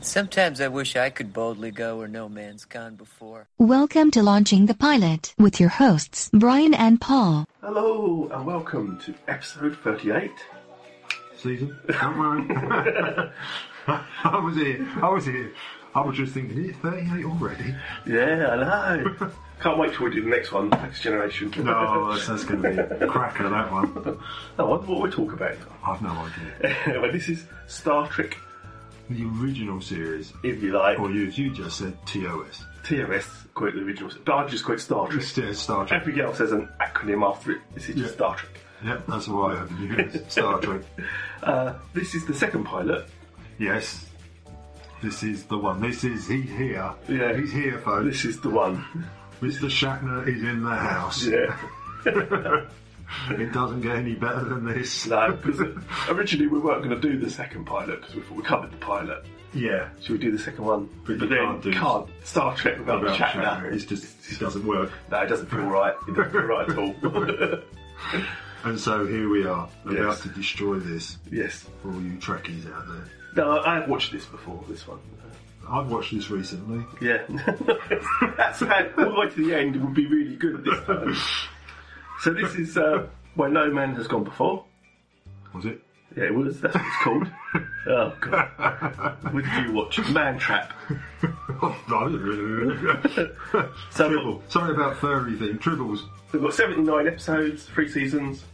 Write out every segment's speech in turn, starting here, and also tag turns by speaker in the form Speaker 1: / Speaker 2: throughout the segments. Speaker 1: Sometimes I wish I could boldly go where no man's gone before.
Speaker 2: Welcome to Launching the Pilot with your hosts, Brian and Paul.
Speaker 3: Hello and welcome to episode 38.
Speaker 4: season. Don't worry. I was here. I was here. I was just thinking, it's 38 already?
Speaker 3: Yeah, I know. Can't wait till we do the next one, next generation.
Speaker 4: No, that's, that's going to be a cracker, that one.
Speaker 3: I wonder what we talk about.
Speaker 4: I've no idea.
Speaker 3: anyway, this is Star Trek,
Speaker 4: The original series,
Speaker 3: if you like,
Speaker 4: or you, you just said TOS.
Speaker 3: TMS, quote the original. But I just quit Star Trek.
Speaker 4: It's just Star Trek.
Speaker 3: Everything else has an acronym after it. This is just
Speaker 4: Yeah.
Speaker 3: Star Trek.
Speaker 4: Yep, that's why I had to do it. Star Trek.
Speaker 3: Uh, this is the second pilot.
Speaker 4: Yes. This is the one. This is, he's here.
Speaker 3: Yeah.
Speaker 4: He's here, folks.
Speaker 3: This is the one.
Speaker 4: Mr. Shatner is in the house.
Speaker 3: Yeah.
Speaker 4: It doesn't get any better than this.
Speaker 3: No, because originally we weren't going to do the second pilot because we thought we covered the pilot.
Speaker 4: Yeah.
Speaker 3: Should we do the second one?
Speaker 4: But you
Speaker 3: then
Speaker 4: can't do-
Speaker 3: can't Star Trek without
Speaker 4: About
Speaker 3: Shatner.
Speaker 4: Shatner. It's just, it doesn't work.
Speaker 3: No, it doesn't feel right. It doesn't feel right at all.
Speaker 4: And so here we are, about
Speaker 3: Yes.
Speaker 4: to destroy this
Speaker 3: yes.
Speaker 4: for all you Trekkies out there.
Speaker 3: No, I have watched this before, this one.
Speaker 4: I've watched this recently.
Speaker 3: Yeah. That's how, all the way to the end would be really good this time. So this is uh, Where No Man Has Gone Before.
Speaker 4: Was it?
Speaker 3: Yeah, it was. That's what it's called. oh, God. What did you watch? Man Trap. So
Speaker 4: Tribble. Sorry about furry thing. Tribbles.
Speaker 3: we've got 79 episodes, three seasons,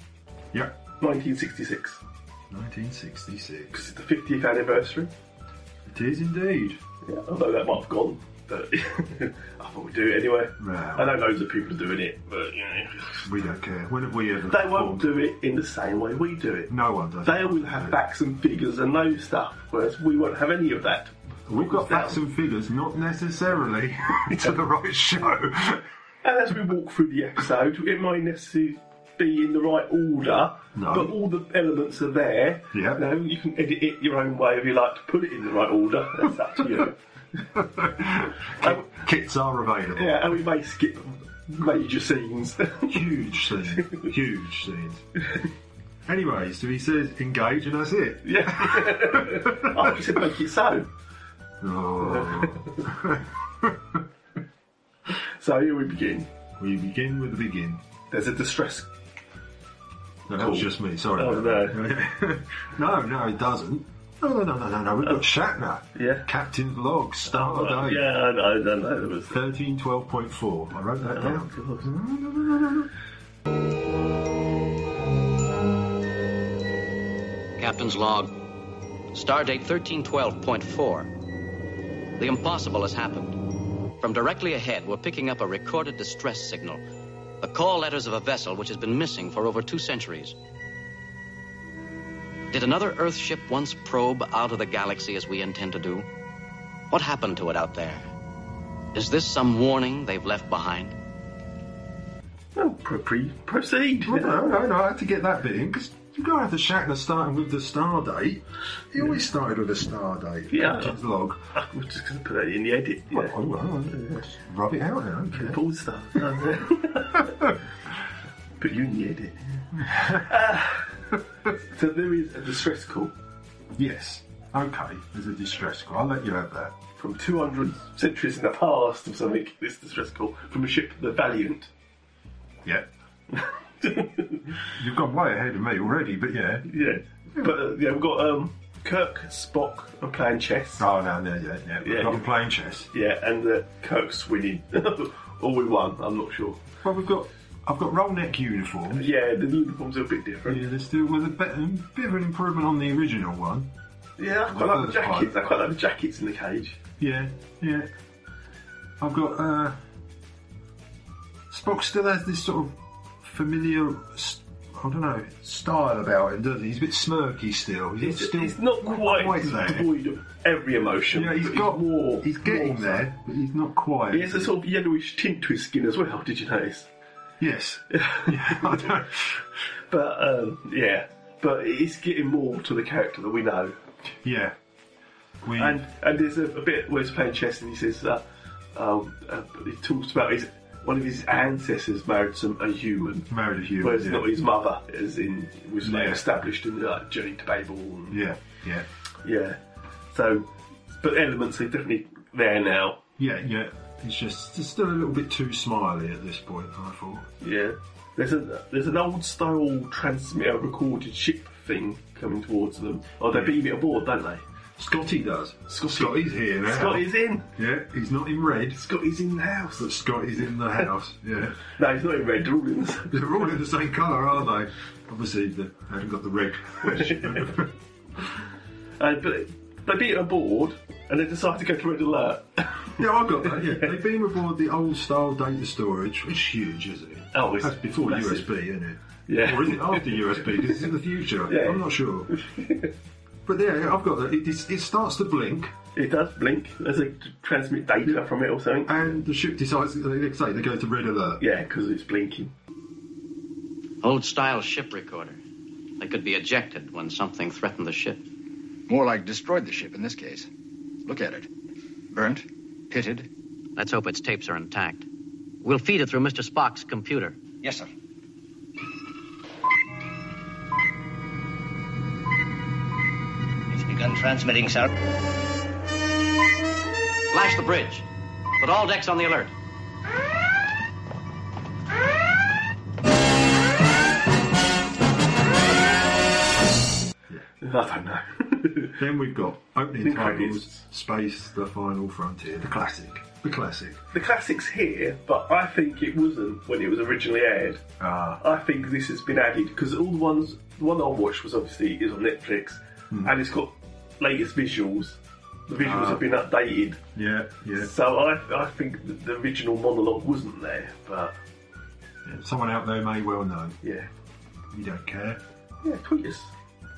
Speaker 4: Yeah.
Speaker 3: 1966.
Speaker 4: 1966.
Speaker 3: This is the 50th anniversary.
Speaker 4: It is indeed.
Speaker 3: Yeah, although that might have gone, but I thought we'd do it anyway.
Speaker 4: No.
Speaker 3: I know loads of people are doing it, but you know,
Speaker 4: We don't care. When have we ever?
Speaker 3: they won't
Speaker 4: performed?
Speaker 3: do it in the same way we do it.
Speaker 4: No one does.
Speaker 3: They will have facts and figures and know stuff, whereas we won't have any of that.
Speaker 4: We've got facts and figures, not necessarily to the right show.
Speaker 3: And as we walk through the episode, it might necessarily be in the right order,
Speaker 4: No.
Speaker 3: but all the elements are there.
Speaker 4: Yeah.
Speaker 3: You, know, you can edit it your own way if you like to put it in the right order. That's up to you.
Speaker 4: Kit- Kits are available.
Speaker 3: yeah, and we may skip major scenes.
Speaker 4: Huge scene. Huge scenes. Anyway, so he says engage, and that's it.
Speaker 3: yeah. I thought you said make it so.
Speaker 4: Oh.
Speaker 3: So here we begin.
Speaker 4: we begin with the begin.
Speaker 3: There's a distress.
Speaker 4: No, that was
Speaker 3: Cool.
Speaker 4: just me. Sorry.
Speaker 3: Oh,
Speaker 4: no. no, no, it doesn't. No, no, no, no, no, no. We've got Shatner.
Speaker 3: yeah.
Speaker 4: Captain's log. Start of day.
Speaker 3: Oh, yeah, I, I don't know. There was.
Speaker 4: 1312.4. I wrote that
Speaker 3: Oh,
Speaker 4: down.
Speaker 5: Captain's log. Stardate 1312.4. The impossible has happened. From directly ahead, we're picking up a recorded distress signal. The call letters of a vessel which has been missing for over two centuries. Did another Earth ship once probe out of the galaxy as we intend to do? What happened to it out there? Is this some warning they've left behind?
Speaker 3: Oh, pro- pre- proceed.
Speaker 4: Well, no, no, no. I had to get that bit in because you got to have the Shatner starting with the star date. He always started with a star date.
Speaker 3: Yeah.
Speaker 4: Captain's log.
Speaker 3: We're just going to put that in the edit. You
Speaker 4: Well,
Speaker 3: know.
Speaker 4: oh, well, just rub it out. I don't care.
Speaker 3: Full stuff. but you in the edit. Ah. so there is a distress call
Speaker 4: Yes. Okay. There's a distress call. I'll let you have that.
Speaker 3: from 200 centuries in the past or something. This distress call from a ship, the Valiant.
Speaker 4: Yeah. You've gone way ahead of me already, but yeah.
Speaker 3: Yeah. But uh, yeah, we've got um, Kirk, Spock are playing chess.
Speaker 4: Oh no, no, yeah, yeah.
Speaker 3: Yeah.
Speaker 4: We've got playing chess.
Speaker 3: Yeah, and uh, Kirk's winning. or we won, I'm not sure.
Speaker 4: Well, we've got. I've got roll neck uniforms.
Speaker 3: Yeah, the uniforms are a bit different.
Speaker 4: Yeah, they're still with a bit, a bit of an improvement on the original one.
Speaker 3: Yeah, I quite like the
Speaker 4: That's fine.
Speaker 3: jackets. I quite like the jackets in the cage.
Speaker 4: Yeah, yeah. I've got. uh Spock still has this sort of familiar. s- I don't know style about him, does he? He's a bit smirky still. He's,
Speaker 3: It's,
Speaker 4: still
Speaker 3: it's not quite,
Speaker 4: there.
Speaker 3: devoid of every emotion.
Speaker 4: Yeah, he's
Speaker 3: but
Speaker 4: got.
Speaker 3: more.
Speaker 4: he's getting
Speaker 3: more so.
Speaker 4: there, but he's not quite.
Speaker 3: He has a sort of yellowish tint to his skin as well. Did you notice?
Speaker 4: Yes. yeah, I don't.
Speaker 3: But um, yeah, but it's getting more to the character that we know.
Speaker 4: Yeah. We,
Speaker 3: And and there's a, a bit where he's playing chess and he says, uh, um, uh, he talks about his one of his ancestors married some a human.
Speaker 4: married a human.
Speaker 3: Whereas
Speaker 4: yeah.
Speaker 3: not his mother, as in was like
Speaker 4: Yeah.
Speaker 3: established in like Journey to Babel. And,
Speaker 4: yeah, yeah.
Speaker 3: Yeah. So but elements are definitely there now.
Speaker 4: Yeah, yeah. It's just it's still a little bit too smiley at this point. I thought.
Speaker 3: Yeah. There's a there's an old style transmitter recorded ship thing coming towards them. Oh, they beam it aboard, don't they?
Speaker 4: Scotty does.
Speaker 3: Scotty-
Speaker 4: Scotty's here now.
Speaker 3: Scotty's in.
Speaker 4: Yeah, he's not in red,
Speaker 3: Scotty's in the house.
Speaker 4: but Scotty's in the house. Yeah,
Speaker 3: No, he's not in red. They're all in the
Speaker 4: they're all in the same colour, aren't they? Obviously, they haven't got the red. version.
Speaker 3: Uh, but they beat it aboard, and they decide to go to Red Alert.
Speaker 4: yeah, I've got that. Yeah, they've been aboard the old style data storage. It's huge, is it?
Speaker 3: Oh, it's
Speaker 4: That's before
Speaker 3: massive.
Speaker 4: USB, isn't it?
Speaker 3: Yeah.
Speaker 4: Or is it after USB? This is in the future.
Speaker 3: Yeah.
Speaker 4: I'm not sure. But yeah, I've got that. It, it, it starts to blink,
Speaker 3: It does blink. There's a transmit data from it or something.
Speaker 4: and the ship decides. They say they go to red alert.
Speaker 3: Yeah, because it's blinking.
Speaker 5: Old style ship recorder. They could be ejected when something threatened the ship.
Speaker 6: More like destroyed the ship in this case. Look at it. Burnt, pitted.
Speaker 5: Let's hope its tapes are intact. We'll feed it through Mr. Spock's computer.
Speaker 6: Yes, sir.
Speaker 7: It's begun transmitting, sir.
Speaker 5: Lash the bridge. Put all decks on the alert.
Speaker 3: I don't know.
Speaker 4: Then we've got opening
Speaker 3: Think
Speaker 4: titles,
Speaker 3: credits.
Speaker 4: Space, The Final Frontier, the classic, the classic.
Speaker 3: the classic's here, but I think it wasn't when it was originally aired.
Speaker 4: Ah,
Speaker 3: I think this has been added because all the ones, the one I watched was obviously is on Netflix, and it's got latest visuals. The visuals
Speaker 4: Ah.
Speaker 3: have been updated,
Speaker 4: yeah, yeah.
Speaker 3: so I, I think the, the original monologue wasn't there. But
Speaker 4: Someone out there may well know.
Speaker 3: yeah,
Speaker 4: You don't care.
Speaker 3: yeah, tweet us,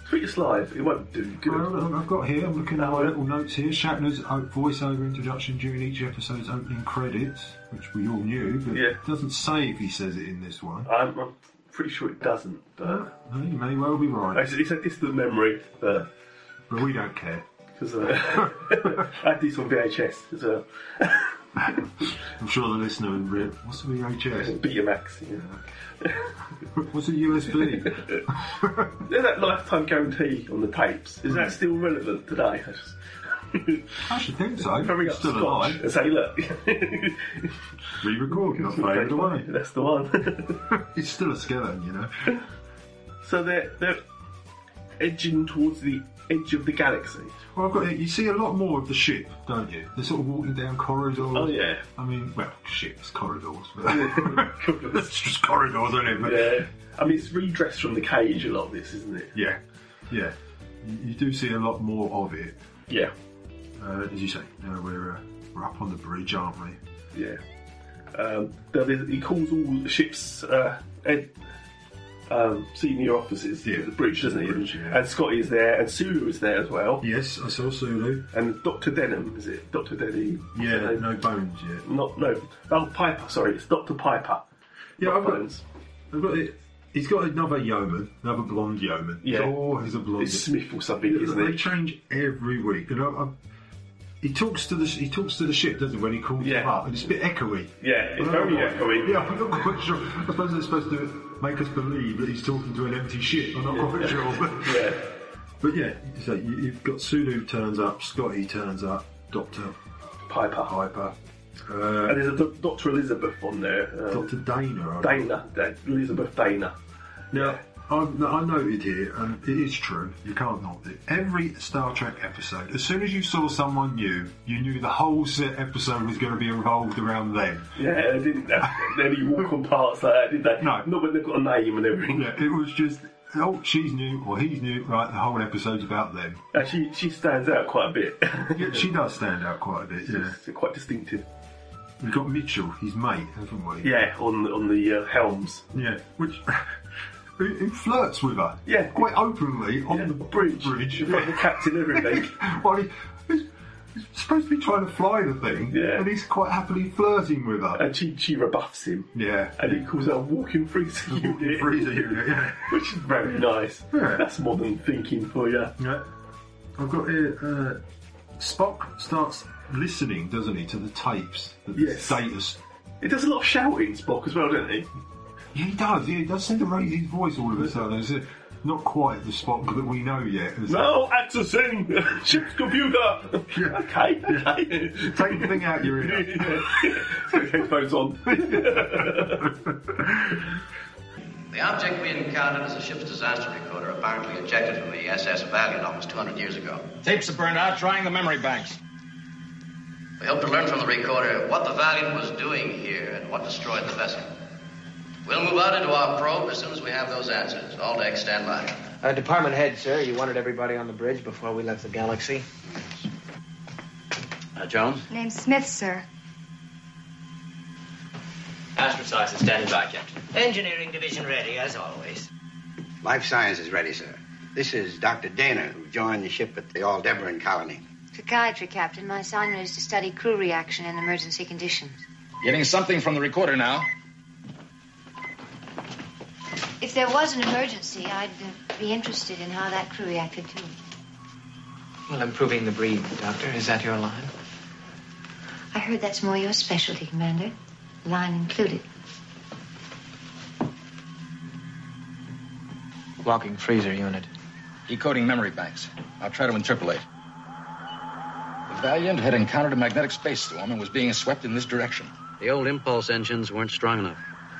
Speaker 3: tweet us live. It won't do good.
Speaker 4: Well, I've got here. I'm looking at my little notes here. Shatner's o- voiceover introduction during each episode's opening credits, which we all knew, but
Speaker 3: Yeah.
Speaker 4: it doesn't say if he says it in this one.
Speaker 3: I'm, I'm pretty sure it doesn't, but
Speaker 4: No, you may well be right,
Speaker 3: it's, it's a distant memory. But
Speaker 4: but we don't care.
Speaker 3: because uh, I had this on VHS as well,
Speaker 4: I'm sure the listener would read. What's a VHS?
Speaker 3: Betamax. You know.
Speaker 4: What's a USB?
Speaker 3: Yeah, that lifetime guarantee on the tapes, is
Speaker 4: Hmm.
Speaker 3: that still relevant today? I just-
Speaker 4: I should think so.
Speaker 3: Hurry up,
Speaker 4: Still
Speaker 3: Scotch,
Speaker 4: alive.
Speaker 3: and say, look,
Speaker 4: Re-record, not fade it away.
Speaker 3: that's the one.
Speaker 4: It's still a skeleton, you know.
Speaker 3: so they're, they're edging towards the edge of the galaxy.
Speaker 4: Well, I've got here, you see a lot more of the ship, don't you? They're sort of walking down corridors.
Speaker 3: Oh, yeah.
Speaker 4: I mean, well, ships, corridors. But it's just corridors, isn't it? But
Speaker 3: Yeah. uh, I mean, it's redressed from the cage, a lot of this, isn't it?
Speaker 4: yeah, yeah. You, you do see a lot more of it.
Speaker 3: Yeah.
Speaker 4: Uh, as you say, now we're, uh, we're up on the bridge, aren't we?
Speaker 3: Yeah. Um, there- there- he calls all the ship's uh, ed, um, senior officers
Speaker 4: Yeah.
Speaker 3: to the bridge, doesn't he?
Speaker 4: Bridge, yeah.
Speaker 3: And Scotty is there, and Sulu is there as well.
Speaker 4: Yes, I saw Sulu.
Speaker 3: And Dr. Denham, is it? Dr. Denham?
Speaker 4: Yeah,
Speaker 3: Um,
Speaker 4: no bones yet.
Speaker 3: Not no. Oh, Piper. Sorry, it's Doctor Piper.
Speaker 4: Yeah,
Speaker 3: Not
Speaker 4: I've got-
Speaker 3: Bones.
Speaker 4: I've got it. He's got another yeoman, another blonde yeoman.
Speaker 3: Yeah.
Speaker 4: Oh, he's a blonde.
Speaker 3: It's Smith or something, isn't
Speaker 4: They
Speaker 3: it?
Speaker 4: change every week, and I, I, he talks to the he talks to the ship, doesn't he? When he calls
Speaker 3: Yeah.
Speaker 4: them up, and it's a bit echoey.
Speaker 3: Yeah, it's very
Speaker 4: I'm not-
Speaker 3: echoey.
Speaker 4: Yeah, I'm not quite sure. I suppose it's supposed to make us believe that he's talking to an empty ship. I'm not quite sure. But,
Speaker 3: Yeah.
Speaker 4: but yeah, so you, you've got Sulu turns up, Scotty turns up, Doctor
Speaker 3: Piper.
Speaker 4: Piper,
Speaker 3: And
Speaker 4: uh,
Speaker 3: there's a Do- Doctor Elizabeth on there. Um,
Speaker 4: Doctor Dana. I-
Speaker 3: Dana. Da- Elizabeth Dana.
Speaker 4: Now, I've, I noted here, and it is true, you can't not it. Every Star Trek episode, as soon as you saw someone new, you knew the whole set episode was going to be revolved around them.
Speaker 3: Yeah, they Uh, didn't have any walk on parts like that, did they?
Speaker 4: No.
Speaker 3: Not when they've got a name and everything.
Speaker 4: Yeah, it was just, oh, she's new, or he's new, right, the whole episode's about them.
Speaker 3: And Uh, she, she stands out quite a bit.
Speaker 4: Yeah, she does stand out quite a bit, yeah.
Speaker 3: It's quite distinctive.
Speaker 4: We've got Mitchell, his mate, haven't we?
Speaker 3: Yeah, on the- on the uh, helms.
Speaker 4: Yeah, which... Who who flirts with her?
Speaker 3: Yeah.
Speaker 4: Quite openly on
Speaker 3: Yeah,
Speaker 4: the
Speaker 3: bridge.
Speaker 4: Bridge.
Speaker 3: In front of the captain, everything.
Speaker 4: well, he, he's, he's supposed to be trying to fly the thing,
Speaker 3: Yeah.
Speaker 4: and he's quite happily flirting with her.
Speaker 3: and she, she rebuffs him.
Speaker 4: yeah.
Speaker 3: And he calls her a walking freezer
Speaker 4: Walking
Speaker 3: unit.
Speaker 4: freezer unit, yeah.
Speaker 3: Which is very nice.
Speaker 4: Yeah.
Speaker 3: That's modern thinking for you.
Speaker 4: yeah. I've got here, uh, Spock starts listening, doesn't he, to the tapes, the
Speaker 3: Yes.
Speaker 4: status.
Speaker 3: It does a lot of shouting, Spock, as well, doesn't he?
Speaker 4: Yeah, he does, yeah, he does seem to raise his voice all of a sudden. It's, uh, not quite the Spock that we know yet. is it?
Speaker 3: Now accessing ship's computer. okay, okay.
Speaker 4: Take the thing out your ear.
Speaker 3: so headphones on.
Speaker 5: The object we encountered is a ship's disaster recorder, apparently ejected from the SS Valiant almost 200 years ago.
Speaker 8: Tapes are burned out drying the memory banks.
Speaker 5: We hope to learn from the recorder what the Valiant was doing here and what destroyed the vessel. We'll move out into our probe as soon as we have those answers. All deck, stand by.
Speaker 9: Uh, department head, sir, you wanted everybody on the bridge before we left the galaxy.
Speaker 5: Uh, Jones?
Speaker 10: Name Smith, sir.
Speaker 11: Astrocytes is standing by, Captain.
Speaker 7: Engineering division ready, as always.
Speaker 12: Life Science is ready, sir. This is Dr. Dana, who joined the ship at the Aldebaran colony.
Speaker 10: Psychiatry, Captain. My assignment is to study crew reaction in emergency conditions.
Speaker 8: Getting something from the recorder now.
Speaker 10: If there was an emergency, I'd uh, be interested in how that crew reacted to it.
Speaker 9: Well, improving the breed, Doctor. Is that your line?
Speaker 10: I heard that's more your specialty, Commander. Line included.
Speaker 9: Walking freezer unit.
Speaker 6: Decoding memory banks. I'll try to interpolate. The Valiant had encountered a magnetic space storm and was being swept in this direction.
Speaker 5: The old impulse engines weren't strong enough.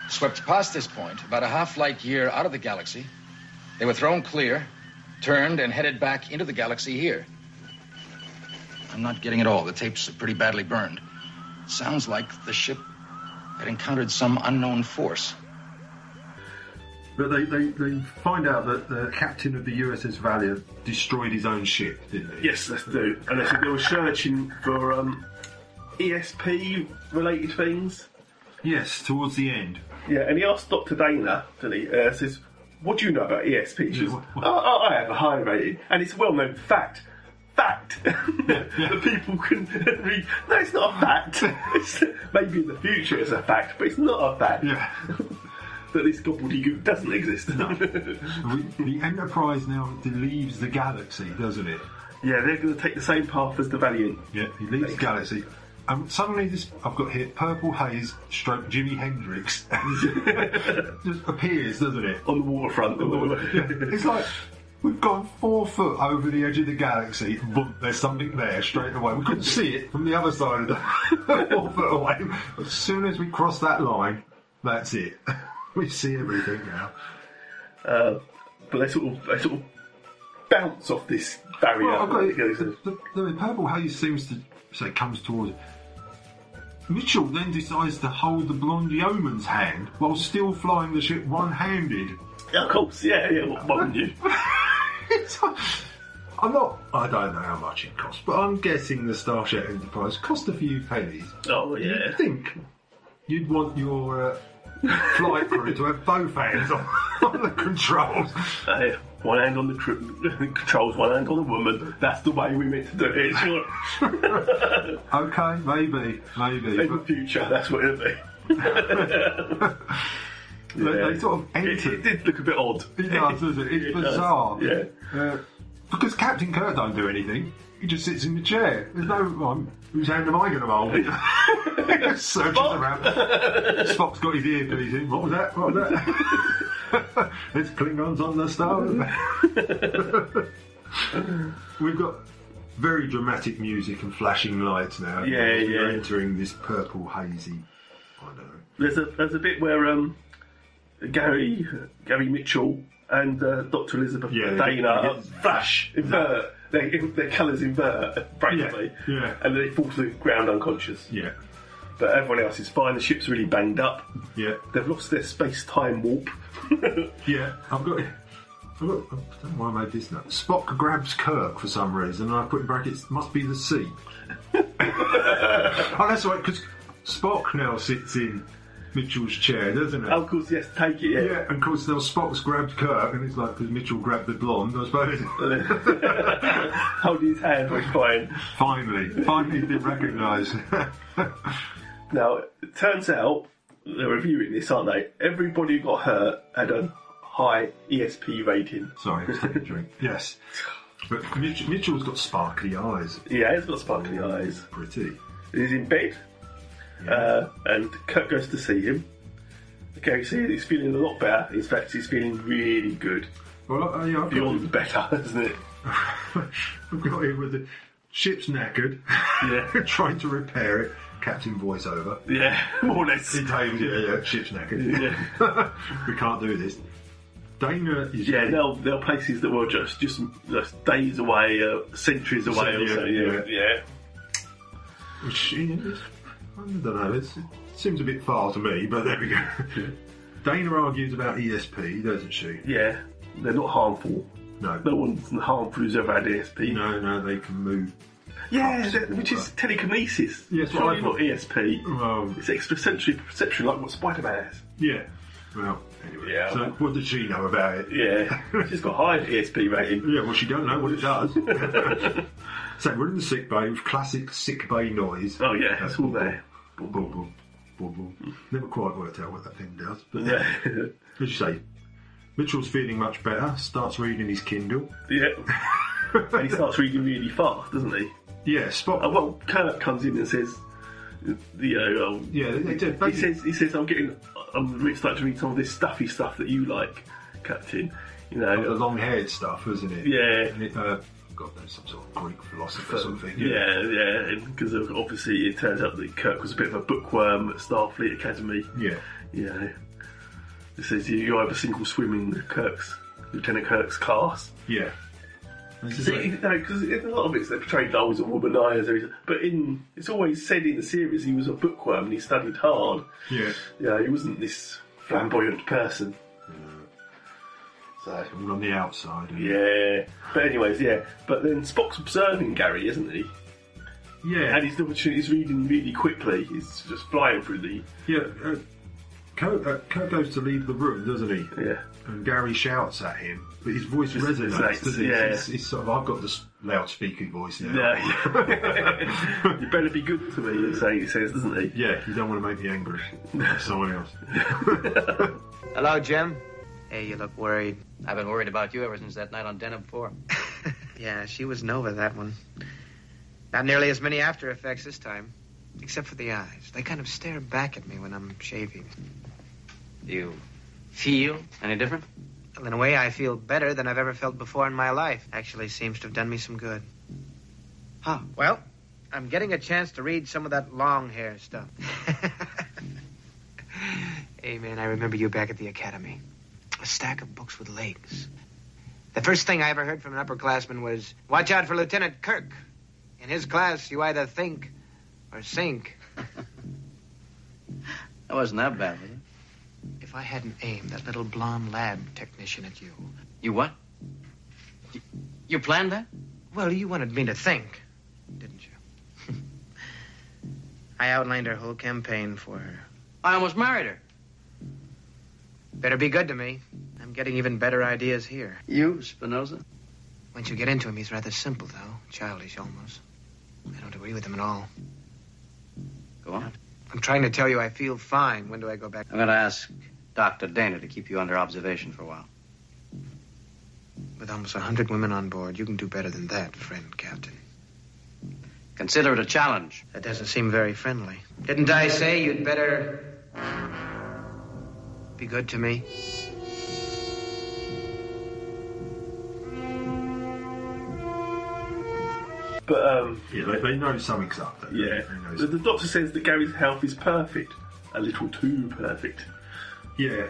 Speaker 6: Swept past this point, about a half light year out of the galaxy. They were thrown clear, turned, and headed back into the galaxy here. I'm not getting it all. The tapes are pretty badly burned. Sounds like the ship had encountered some unknown force.
Speaker 4: But they, they, they find out that the captain of the USS Valiant destroyed his own ship, didn't he?
Speaker 3: yes, let's do. it. And they said they were searching for um, ESP related things.
Speaker 4: Yes, towards the end.
Speaker 3: Yeah, and he asked Dr. Dana, didn't he? Uh, says, What do you know about ESP? She
Speaker 4: Yeah,
Speaker 3: says,
Speaker 4: what- what-
Speaker 3: "Oh, oh, I have a high rating, and it's a well known fact. Fact! that people can read. No, it's not a fact. It's, maybe in the future it's a fact, but it's not a fact
Speaker 4: Yeah.
Speaker 3: that this gobbledygook doesn't exist.
Speaker 4: We- the Enterprise now leaves the galaxy, doesn't it?
Speaker 3: yeah, they're going to take the same path as the Valiant.
Speaker 4: Yeah, he leaves the galaxy. And suddenly, this I've got here purple haze stroke Jimi Hendrix just appears, doesn't it?
Speaker 3: On the waterfront. On the water-
Speaker 4: It's like we've gone four foot over the edge of the galaxy. Boom, there's something there straight away. We couldn't see it from the other side of the four foot away. As soon as we cross that line, that's it. we see everything now.
Speaker 3: Uh, but they sort of they sort of bounce off this barrier.
Speaker 4: Well, I've got
Speaker 3: that goes-
Speaker 4: the, the, the purple haze seems to say comes towards. Mitchell then decides to hold the blonde yeoman's hand while still flying the ship one-handed.
Speaker 3: Yeah, of course, yeah, yeah. What, what wouldn't you?
Speaker 4: It's like- I'm not. I don't know how much it costs, but I'm guessing the Starship Enterprise cost a few pennies.
Speaker 3: Oh yeah.
Speaker 4: You'd think you'd want your uh, flight crew to have both hands on, on the controls.
Speaker 3: Hey, one hand on the tr- controls, one hand on the woman. That's the way we meant to do it. Sure.
Speaker 4: Okay, maybe, maybe.
Speaker 3: In the
Speaker 4: But
Speaker 3: future, that's what it'll be.
Speaker 4: they, they sort of
Speaker 3: It,
Speaker 4: entered.
Speaker 3: it did look a bit odd.
Speaker 4: It does, does it? It's
Speaker 3: It does,
Speaker 4: bizarre.
Speaker 3: yeah.
Speaker 4: Uh, because Captain Kirk don't do anything. He just sits in the chair. There's no one. Whose hand am I going to hold? He just Searches around. Spock's got his earpiece in. What was that? What was that? it's Klingons on the star. We've got very dramatic music and flashing lights now.
Speaker 3: Yeah,
Speaker 4: We're
Speaker 3: yeah.
Speaker 4: entering this purple hazy. I don't know.
Speaker 3: There's a there's a bit where um, Gary Gary Mitchell and uh, Dr Elizabeth
Speaker 4: Yeah, they
Speaker 3: Dana
Speaker 4: get- they
Speaker 3: uh, flash invert. They, their colours invert brightly,
Speaker 4: Yeah, yeah.
Speaker 3: and they fall to the ground unconscious.
Speaker 4: Yeah,
Speaker 3: But everyone else is fine. The ship's really banged up.
Speaker 4: yeah.
Speaker 3: They've lost their space-time warp.
Speaker 4: Yeah, I've got it. I've got, I don't know why I made this note. Spock grabs Kirk for some reason, and I put in brackets, must be the sea. oh, that's right, because Spock now sits in Mitchell's chair, doesn't it?
Speaker 3: oh, of course, yes, take it. Yeah.
Speaker 4: Yeah, and of course now Spock's grabbed Kirk, and it's like, because Mitchell grabbed the blonde, I suppose.
Speaker 3: Holding his hand, which is fine.
Speaker 4: finally, finally been recognised.
Speaker 3: Now, it turns out they're reviewing this, aren't they? Everybody who got hurt had a high ESP rating.
Speaker 4: Sorry, I was taking a drink. Yes. But Mitch- Mitchell's got sparkly eyes.
Speaker 3: Yeah, he's got sparkly eyes.
Speaker 4: Pretty.
Speaker 3: He's in bed, uh, and Kirk goes to see him. Okay, you see, he's feeling a lot better. In fact, he's feeling really good.
Speaker 4: Well, uh, yeah, I've got
Speaker 3: Yours better, isn't it?
Speaker 4: I've got here with the ship's knackered.
Speaker 3: Yeah.
Speaker 4: trying to repair it. Captain voiceover.
Speaker 3: Yeah, more or less.
Speaker 4: In Dave's, yeah, yeah, ship's knackered.
Speaker 3: Yeah.
Speaker 4: we can't do this. Dana is
Speaker 3: Yeah, they'll they'll places that were just just, just days away, uh, centuries away, or
Speaker 4: Yeah,
Speaker 3: so. Yeah, yeah.
Speaker 4: She is. I don't know. It's, it seems a bit far to me, but there we go. Dana argues about ESP, doesn't she?
Speaker 3: yeah. They're not harmful.
Speaker 4: No.
Speaker 3: No one's harmful who's ever had ESP.
Speaker 4: No, no, they can move.
Speaker 3: Yeah,
Speaker 4: Ups,
Speaker 3: that- which is
Speaker 4: water.
Speaker 3: telekinesis. E
Speaker 4: Yes, what
Speaker 3: Surely
Speaker 4: I
Speaker 3: not
Speaker 4: thought.
Speaker 3: ESP.
Speaker 4: Well,
Speaker 3: It's extrasensory perception, like what Spider-Man has.
Speaker 4: yeah. Well, anyway.
Speaker 3: Yeah.
Speaker 4: So, what does she know about it?
Speaker 3: Yeah, she's got high ESP rating.
Speaker 4: Yeah, well, she don't know what it does. so we're in the sick bay with classic sick bay noise.
Speaker 3: Oh yeah, it's all there.
Speaker 4: Boom, boom, boom, boom, boom. Never quite worked out what that thing does. But
Speaker 3: Yeah,
Speaker 4: as you say, Mitchell's feeling much better. Starts reading his Kindle.
Speaker 3: yeah. And he starts reading really fast, doesn't he?
Speaker 4: Yeah, Spock.
Speaker 3: Uh, well, Kirk comes in and says, you know, um,
Speaker 4: yeah, they, they, they,
Speaker 3: he says, he says, I'm getting, I'm re- starting to read some of this stuffy stuff that you like, Captain. You
Speaker 4: Like the
Speaker 3: know,
Speaker 4: long haired stuff, isn't it?
Speaker 3: Yeah.
Speaker 4: And it, uh, God, that's some sort of Greek philosopher, something.
Speaker 3: yeah, yeah, because obviously it turns out that Kirk was a bit of a bookworm at Starfleet Academy.
Speaker 4: Yeah.
Speaker 3: You know, it says you, you have a single swim in Kirk's Lieutenant Kirk's class.
Speaker 4: Yeah. This is
Speaker 3: See,
Speaker 4: like-
Speaker 3: because a lot of it's they're portrayed always a womanizer, but in it's always said in the series he was a bookworm and he studied hard.
Speaker 4: yeah.
Speaker 3: Yeah, he wasn't this flamboyant person. Mm. So
Speaker 4: All on the outside. and-
Speaker 3: yeah, but anyways, yeah. But then Spock's observing Gary, isn't he?
Speaker 4: Yeah.
Speaker 3: And he's the opportunity- he's reading really quickly. He's just flying through the
Speaker 4: yeah. Uh, Kurt, uh, Kurt goes to leave the room, doesn't he?
Speaker 3: yeah.
Speaker 4: And Gary shouts at him, but his voice
Speaker 3: It's-
Speaker 4: resonates,
Speaker 3: it's-
Speaker 4: doesn't it?
Speaker 3: yeah.
Speaker 4: It's, it's sort of, I've got this loudspeaker voice now.
Speaker 3: Yeah. you better be good to me, so he says, doesn't he?
Speaker 4: Yeah, you don't want to make me angry. Someone else.
Speaker 9: Hello, Jim.
Speaker 5: Hey, you look worried. I've been worried about you ever since that night on Denham 4.
Speaker 9: yeah, she was Nova, that one. Not nearly as many after effects this time, except for the eyes. They kind of stare back at me when I'm shaving.
Speaker 5: Do you feel any different?
Speaker 9: Well, in a way, I feel better than I've ever felt before in my life. Actually, seems to have done me some good. Huh. Well, I'm getting a chance to read some of that long hair stuff. hey, man, I remember you back at the academy. A stack of books with legs. The first thing I ever heard from an upperclassman was, "Watch out for Lieutenant Kirk. In his class, you either think or sink."
Speaker 5: That wasn't that bad, was it?
Speaker 9: If I hadn't aimed that little blonde lab technician at you,
Speaker 5: You what? You, you planned that?
Speaker 9: Well, you wanted me to think, didn't you? I outlined her whole campaign for her.
Speaker 5: I almost married her.
Speaker 9: Better be good to me. I'm getting even better ideas here.
Speaker 5: You, Spinoza?
Speaker 9: Once you get into him, he's rather simple, though. Childish, almost. I don't agree with him at all.
Speaker 5: Go on.
Speaker 9: I'm trying to tell you I feel fine. When do I go back?
Speaker 5: I'm going to ask Dr. Dana to keep you under observation for a while.
Speaker 9: With almost a hundred women on board, you can do better than that, friend captain.
Speaker 5: Consider it a challenge.
Speaker 9: That doesn't seem very friendly. Didn't I say you'd better be good to me?
Speaker 3: But um,
Speaker 4: yeah, they, they know something's up. Though.
Speaker 3: yeah,
Speaker 4: They know
Speaker 3: the, the doctor says that Gary's health is perfect, a little too perfect.
Speaker 4: Yeah.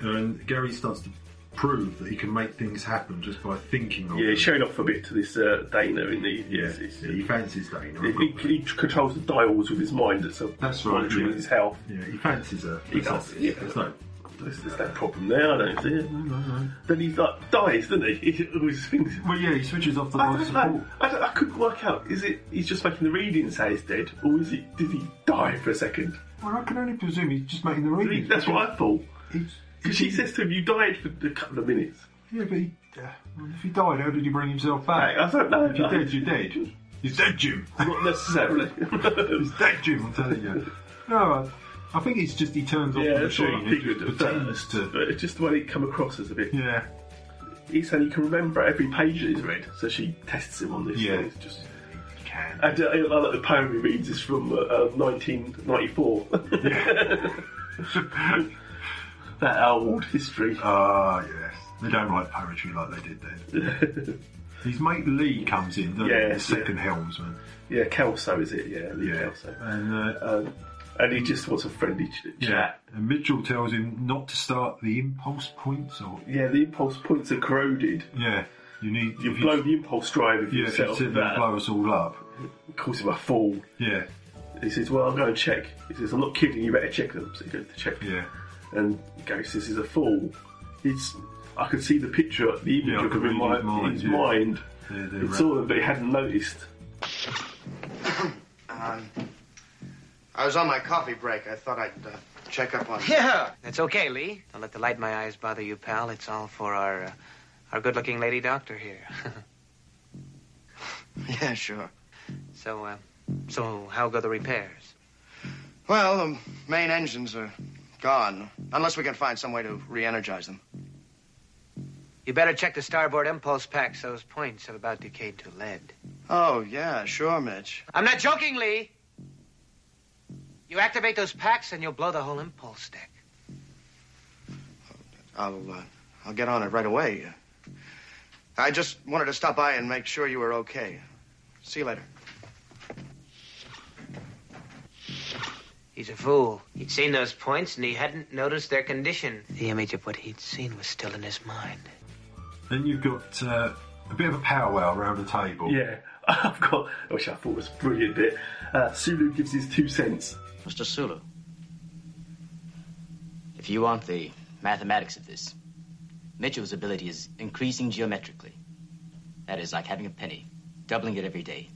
Speaker 4: And Gary starts to prove that he can make things happen just by thinking on
Speaker 3: Yeah,
Speaker 4: them.
Speaker 3: he showed off a bit to this uh, Dana in the.
Speaker 4: Yeah,
Speaker 3: Yes, it's-
Speaker 4: yeah, he fancies Dana.
Speaker 3: He, he, he controls the dials with his mind. That's, a
Speaker 4: That's right,
Speaker 3: monitoring
Speaker 4: yeah.
Speaker 3: his health.
Speaker 4: Yeah, he fancies her.
Speaker 3: He does, yeah.
Speaker 4: There's no,
Speaker 3: There's, there's no problem there. I don't see it. Then he like dies, doesn't he? he all his things.
Speaker 4: well, yeah, he switches off the
Speaker 3: I
Speaker 4: life
Speaker 3: don't
Speaker 4: support.
Speaker 3: know. I, don't- I couldn't work out. Is it he's just making the reading say he's dead, or is he did he die for a second?
Speaker 4: Well, I can only presume he's just making the
Speaker 3: I mean,
Speaker 4: readings.
Speaker 3: That's what I thought.
Speaker 4: He's-
Speaker 3: Because she says to him, "You died for a couple of minutes."
Speaker 4: Yeah, but he, uh, well, if he died, how did he bring himself
Speaker 3: I,
Speaker 4: back?
Speaker 3: I don't know.
Speaker 4: If you're dead, you're dead. He's dead, Jim.
Speaker 3: Not necessarily.
Speaker 4: He's dead, Jim. I'm telling you. No, I, I think it's just he turns off
Speaker 3: yeah,
Speaker 4: the
Speaker 3: that's what
Speaker 4: machine
Speaker 3: I
Speaker 4: and just
Speaker 3: figured at
Speaker 4: pretends
Speaker 3: first.
Speaker 4: to.
Speaker 3: But it's just the way it come across as a bit.
Speaker 4: Yeah,
Speaker 3: He said he can remember every page that he's read, so she tests him on this.
Speaker 4: Yeah.
Speaker 3: and It's just.
Speaker 4: he can.
Speaker 3: And uh, I like the poem he reads is from uh, uh, 1994. that our old history.
Speaker 4: Ah, yes. They don't write poetry like they did then. His mate Lee comes in, doesn't
Speaker 3: Yeah,
Speaker 4: he? The second helmsman.
Speaker 3: Yeah, Kelso is it? Yeah, Lee Kelso.
Speaker 4: And, uh,
Speaker 3: um, and he just wants a friendly ch-
Speaker 4: Yeah.
Speaker 3: chat.
Speaker 4: And Mitchell tells him not to start the impulse points or.
Speaker 3: Yeah. the impulse points are corroded.
Speaker 4: Yeah. You need.
Speaker 3: You
Speaker 4: if
Speaker 3: blow the impulse drive if
Speaker 4: Yeah,
Speaker 3: you
Speaker 4: if
Speaker 3: set
Speaker 4: you
Speaker 3: off
Speaker 4: sit
Speaker 3: with
Speaker 4: there and
Speaker 3: that.
Speaker 4: blow us all up.
Speaker 3: Calls him a fool.
Speaker 4: Yeah.
Speaker 3: He says, "Well, I'll go and check." He says, "I'm not kidding. You better check them." So he goes to check.
Speaker 4: Yeah.
Speaker 3: And Ghost says, "Is a fool." It's. I could see the picture, the image
Speaker 4: Yeah, I
Speaker 3: of
Speaker 4: could
Speaker 3: him in
Speaker 4: read
Speaker 3: my
Speaker 4: his mind,
Speaker 3: his
Speaker 4: yeah.
Speaker 3: mind.
Speaker 4: Yeah, they're
Speaker 3: He
Speaker 4: ra-
Speaker 3: saw them, but he hadn't noticed.
Speaker 13: Um, I was on my coffee break. I thought I'd uh, check up on.
Speaker 9: Yeah. That's okay, Lee. Don't let the light in my eyes bother you, pal. It's all for our uh, our good-looking lady doctor here.
Speaker 13: yeah, sure.
Speaker 9: So, uh, so how go the repairs?
Speaker 13: Well, the main engines are gone, unless we can find some way to re-energize them.
Speaker 9: You better check the starboard impulse packs. Those points have about decayed to lead.
Speaker 13: Oh yeah, sure, Mitch.
Speaker 9: I'm not joking, Lee. You activate those packs, and you'll blow the whole impulse deck.
Speaker 13: I'll uh, I'll get on it right away. I just wanted to stop by and make sure you were okay. See you later.
Speaker 9: He's a fool. He'd seen those points, and he hadn't noticed their condition. The image of what he'd seen was still in his mind.
Speaker 4: Then you've got uh, a bit of a powwow around the table.
Speaker 3: Yeah, I've got, which I thought was a brilliant bit. Uh, Sulu gives his two cents.
Speaker 5: Mr. Sulu.
Speaker 11: If you want the mathematics of this, Mitchell's ability is increasing geometrically. That is like having a penny, doubling it every day.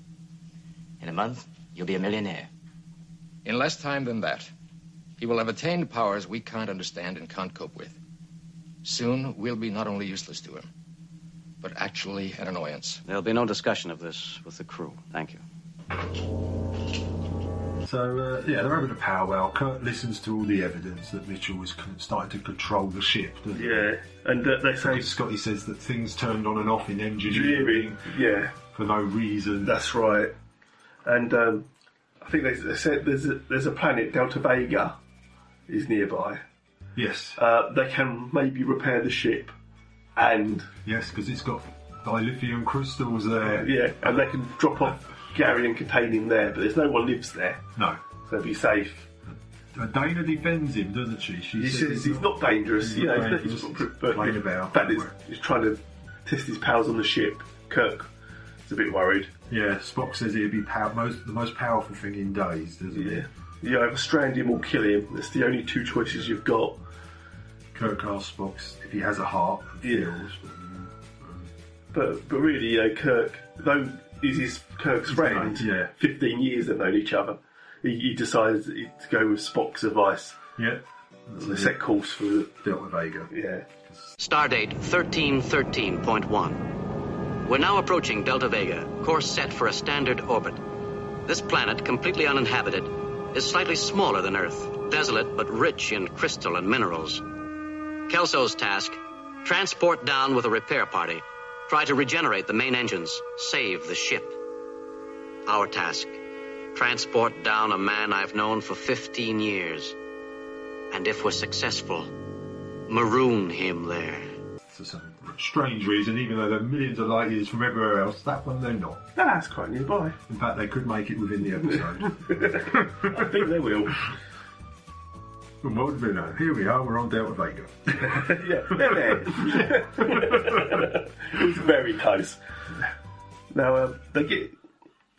Speaker 11: In a month, you'll be a millionaire.
Speaker 6: In less time than that, he will have attained powers we can't understand and can't cope with. Soon, we'll be not only useless to him, but actually an annoyance.
Speaker 5: There'll be no discussion of this with the crew. Thank you.
Speaker 4: So uh, yeah, they're having a powwow. Kurt listens to all the evidence that Mitchell was con- starting to control the ship. Doesn't he?
Speaker 3: Yeah, and uh, they say
Speaker 4: Scotty says that things turned on and off in engineering
Speaker 3: engineering. Yeah,
Speaker 4: for no reason.
Speaker 3: that's right. And um, I think they, they said there's a, there's a planet Delta Vega is nearby.
Speaker 4: Yes,
Speaker 3: Uh, they can maybe repair the ship, and
Speaker 4: yes, because it's got dilithium crystals there.
Speaker 3: yeah, and they can drop off Gary and contain him there. But there's no one lives there,
Speaker 4: No,
Speaker 3: so be safe.
Speaker 4: Uh, Dana defends him, doesn't she? She
Speaker 3: He says he's not dangerous, you know, he's not- he's
Speaker 4: dangerous,
Speaker 3: not-
Speaker 4: he's
Speaker 3: but
Speaker 4: playing
Speaker 3: in
Speaker 4: about.
Speaker 3: fact he's, he's trying to test his pals on the ship. Kirk is a bit worried.
Speaker 4: Yeah, Spock says he'd be pow- most, the most powerful thing in days, doesn't he?
Speaker 3: Yeah. You either strand him or kill him. That's the only two choices you've got.
Speaker 4: Kirk asks Spock if he has a heart and
Speaker 3: Yeah.
Speaker 4: feels.
Speaker 3: But but really, you know, Kirk, though he's his Kirk's friend,
Speaker 4: mate, yeah.
Speaker 3: 15 years they've known each other, he, he decides to go with Spock's advice.
Speaker 4: Yeah.
Speaker 3: They set course for
Speaker 4: Delta Vega.
Speaker 3: Yeah.
Speaker 5: Stardate 1313.1. We're now approaching Delta Vega, course set for a standard orbit. This planet, completely uninhabited, is slightly smaller than Earth, desolate but rich in crystal and minerals. Kelso's task transport down with a repair party, try to regenerate the main engines, save the ship. Our task transport down a man I've known for 15 years. And if we're successful, maroon him there.
Speaker 4: For some strange reason, even though they're millions of light years from everywhere else, that one they're not.
Speaker 3: No, that's quite nearby.
Speaker 4: In fact, they could make it within the episode.
Speaker 3: I think they will.
Speaker 4: and what do we know? Here we are, we're on Delta Vega.
Speaker 3: yeah, they're there. it was very close. Now, uh, they get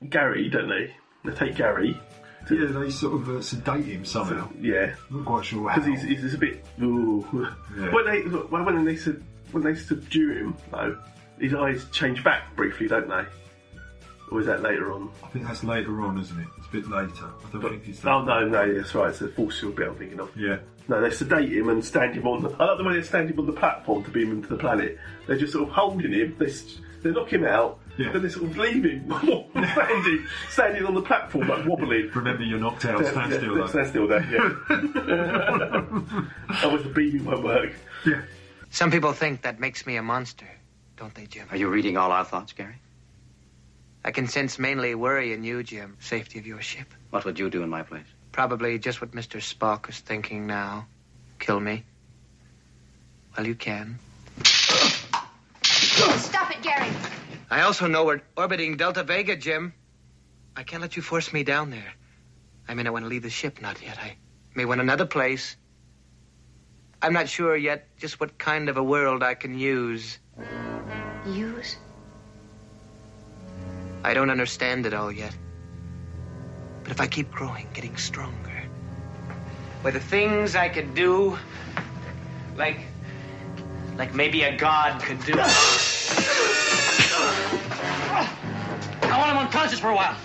Speaker 3: Gary, don't they? They take Gary.
Speaker 4: Yeah, they sort of uh, sedate him somehow.
Speaker 3: Yeah.
Speaker 4: I'm not quite sure how.
Speaker 3: Because he's, he's just a bit. Ooh.
Speaker 4: Yeah.
Speaker 3: When they look, when when they sub, when they subdue him though, his eyes change back briefly, don't they? Or is that later on?
Speaker 4: I think that's later on, isn't it? It's a bit later. I don't think it's that.
Speaker 3: Oh no, no, that's right. It's the force field bit I'm thinking of.
Speaker 4: Yeah.
Speaker 3: No, they sedate him and stand him on. The, I like the way they stand him on the platform to beam him to the planet. They're just sort of holding him. They s- they knock him out.
Speaker 4: Yeah.
Speaker 3: Then they sort of leave him standing, standing on the platform like wobbling.
Speaker 4: Remember your knocked out,
Speaker 3: Yeah,
Speaker 4: stand
Speaker 3: yeah,
Speaker 4: still though.
Speaker 3: Stand still there. Yeah. Otherwise the beaming won't work.
Speaker 9: Some people think that makes me a monster, don't they, Jim?
Speaker 5: Are you reading all our thoughts, Gary?
Speaker 9: I can sense mainly worry in you, Jim. Safety of your ship.
Speaker 5: What would you do in my place?
Speaker 9: Probably just what Mr. Spock is thinking now. Kill me. Well, you can.
Speaker 10: Stop it, Gary.
Speaker 9: I also know we're orbiting Delta Vega, Jim. I can't let you force me down there. I may not want to leave the ship, not yet. I may want another place. I'm not sure yet just what kind of a world I can use.
Speaker 10: Use?
Speaker 9: I don't understand it all yet. But if I keep growing, getting stronger, with the things I could do, like, like maybe a god could do.
Speaker 5: I want him unconscious for a while.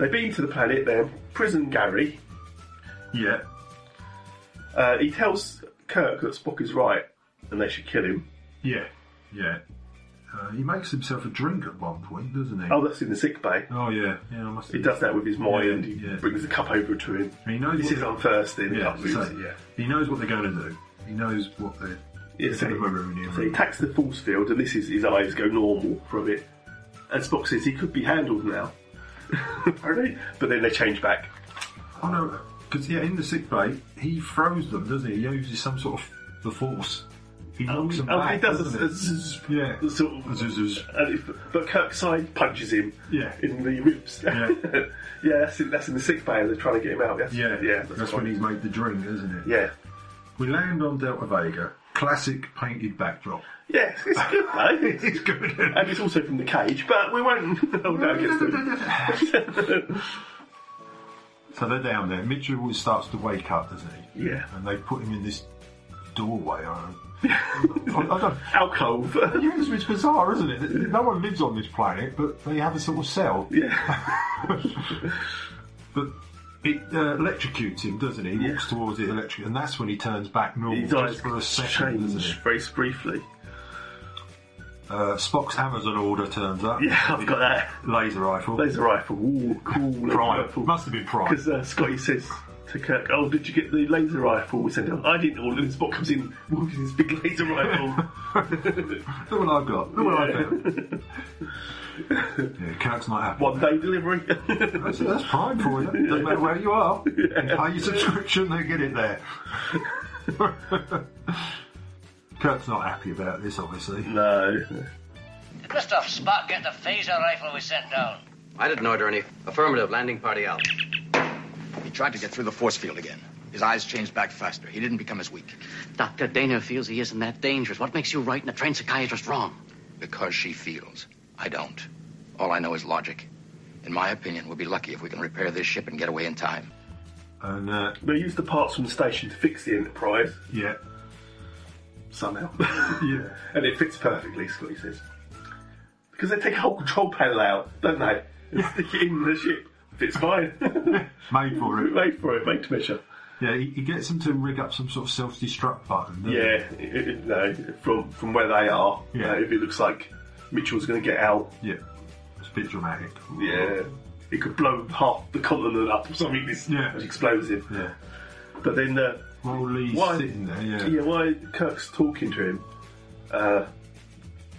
Speaker 3: They beam to the planet, then prison Gary. Yeah. Uh, he tells Kirk that Spock is right and they should kill him.
Speaker 4: Yeah, yeah. Uh, he makes himself a drink at one point, doesn't he?
Speaker 3: Oh, that's in the sick bay.
Speaker 4: Oh, yeah, yeah. I must.
Speaker 3: He does that with his mind. he brings a cup over to him.
Speaker 4: He knows
Speaker 3: he
Speaker 4: what
Speaker 3: says,
Speaker 4: the-
Speaker 3: "I'm thirsty." And the
Speaker 4: Yeah,
Speaker 3: cup moves
Speaker 4: so
Speaker 3: it, yeah.
Speaker 4: He knows what they're going to do. He knows what they're.
Speaker 3: Yeah,
Speaker 4: it's
Speaker 3: so,
Speaker 4: in the room, in the
Speaker 3: so he
Speaker 4: room.
Speaker 3: attacks the force field, and this is his eyes go normal for a bit. And Spock says he could be handled now, apparently. But then they change back.
Speaker 4: Oh no, because yeah, in the sick bay, he throws them, doesn't he? He uses some sort of the force. He knocks them
Speaker 3: Oh,
Speaker 4: back.
Speaker 3: he does
Speaker 4: doesn't
Speaker 3: a, zzz,
Speaker 4: Yeah.
Speaker 3: a sort of, and if- but Kirk side punches him
Speaker 4: Yeah.
Speaker 3: in the ribs. Yeah, that's, in, that's in the sick bay. They're trying to get him out. That's,
Speaker 4: Yeah,
Speaker 3: yeah,
Speaker 4: That's, when
Speaker 3: right.
Speaker 4: he's made the drink, isn't it?
Speaker 3: Yeah.
Speaker 4: We land on Delta Vega. Classic painted backdrop.
Speaker 3: Yeah, it's good though. it's good, and it's also from the cage. But we won't Oh, hold that against him.
Speaker 4: So they're down there. Mitchell always starts to wake up, doesn't he?
Speaker 3: Yeah.
Speaker 4: And they put him in this doorway. I I, I don't,
Speaker 3: alcove.
Speaker 4: yeah, it's, it's bizarre, isn't it? No one lives on this planet, but they have a sort of cell.
Speaker 3: Yeah.
Speaker 4: but it uh, electrocutes him, doesn't it? He walks towards it, electric, and that's when he turns back normal
Speaker 3: His eyes
Speaker 4: just for a second,
Speaker 3: change
Speaker 4: isn't it?
Speaker 3: very briefly.
Speaker 4: Uh, Spock's Amazon order turns up.
Speaker 3: Yeah, I've got that.
Speaker 4: Laser rifle.
Speaker 3: Laser rifle. Ooh, cool. laser
Speaker 4: Prime.
Speaker 3: rifle.
Speaker 4: Must have been prime.
Speaker 3: Because uh, Scotty says to Kirk, "Oh, did you get the laser rifle we sent out?" I didn't order this. Spot comes in, with his big laser rifle.
Speaker 4: the one I've got. The one I've got. yeah, Kirk's not happy.
Speaker 3: One day delivery.
Speaker 4: That's, that's prime for you. Doesn't matter where you are. You pay your subscription, they get it there. Kirk's not happy about this, obviously.
Speaker 3: No.
Speaker 7: Did Mr. Spock get the phaser rifle we sent down?
Speaker 5: I didn't order any. Affirmative. Landing party out. He tried to get through the force field again. His eyes changed back faster. He didn't become as weak.
Speaker 11: Dr. Dana feels he isn't that dangerous. What makes you right and a trained psychiatrist wrong?
Speaker 6: Because she feels. I don't. All I know is logic. In my opinion, we'll be lucky if we can repair this ship and get away in time.
Speaker 4: And uh,
Speaker 3: They use the parts from the station to fix the Enterprise
Speaker 4: yeah,
Speaker 3: somehow,
Speaker 4: yeah.
Speaker 3: and it fits perfectly. Scotty says because they take a whole control panel out, don't they? And stick it in the ship. Fits fine.
Speaker 4: Made for it.
Speaker 3: Made for it. Made to measure.
Speaker 4: Yeah, he, he gets them to rig up some sort of self-destruct button. doesn't he?
Speaker 3: Yeah, it- it- no, from from where they are,
Speaker 4: Yeah.
Speaker 3: uh, if it looks like Mitchell's going to get out,
Speaker 4: Yeah. It's a bit dramatic.
Speaker 3: yeah, it could blow half the continent up or something. This
Speaker 4: Yeah.
Speaker 3: explosive.
Speaker 4: Yeah.
Speaker 3: But then, uh,
Speaker 4: While Lee's
Speaker 3: Why-
Speaker 4: sitting there, yeah.
Speaker 3: yeah, while Kirk's talking to him, uh,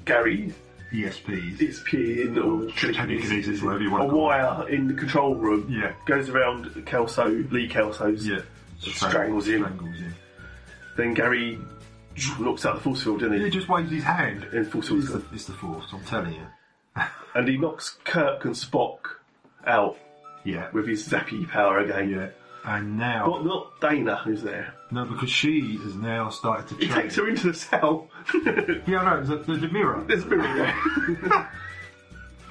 Speaker 3: Gary
Speaker 4: E ESPs.
Speaker 3: is peeing or
Speaker 4: Telekinesis, whatever you
Speaker 3: a
Speaker 4: want to call it.
Speaker 3: wire in the control room.
Speaker 4: Yeah.
Speaker 3: goes around Kelso, Lee Kelso's.
Speaker 4: Yeah.
Speaker 3: Strangles him.
Speaker 4: Strangles him.
Speaker 3: Then Gary knocks out the force field, doesn't he?
Speaker 4: He just waves his hand.
Speaker 3: And force
Speaker 4: It's
Speaker 3: field.
Speaker 4: the, it's the force, I'm telling you.
Speaker 3: and he knocks Kirk and Spock out
Speaker 4: Yeah.
Speaker 3: with his zappy power again.
Speaker 4: Yeah. And now,
Speaker 3: But not Dana, who's there.
Speaker 4: no, because she has now started to
Speaker 3: He
Speaker 4: train.
Speaker 3: takes her into the cell.
Speaker 4: Yeah, no, there's a, there's a mirror.
Speaker 3: There's a mirror there.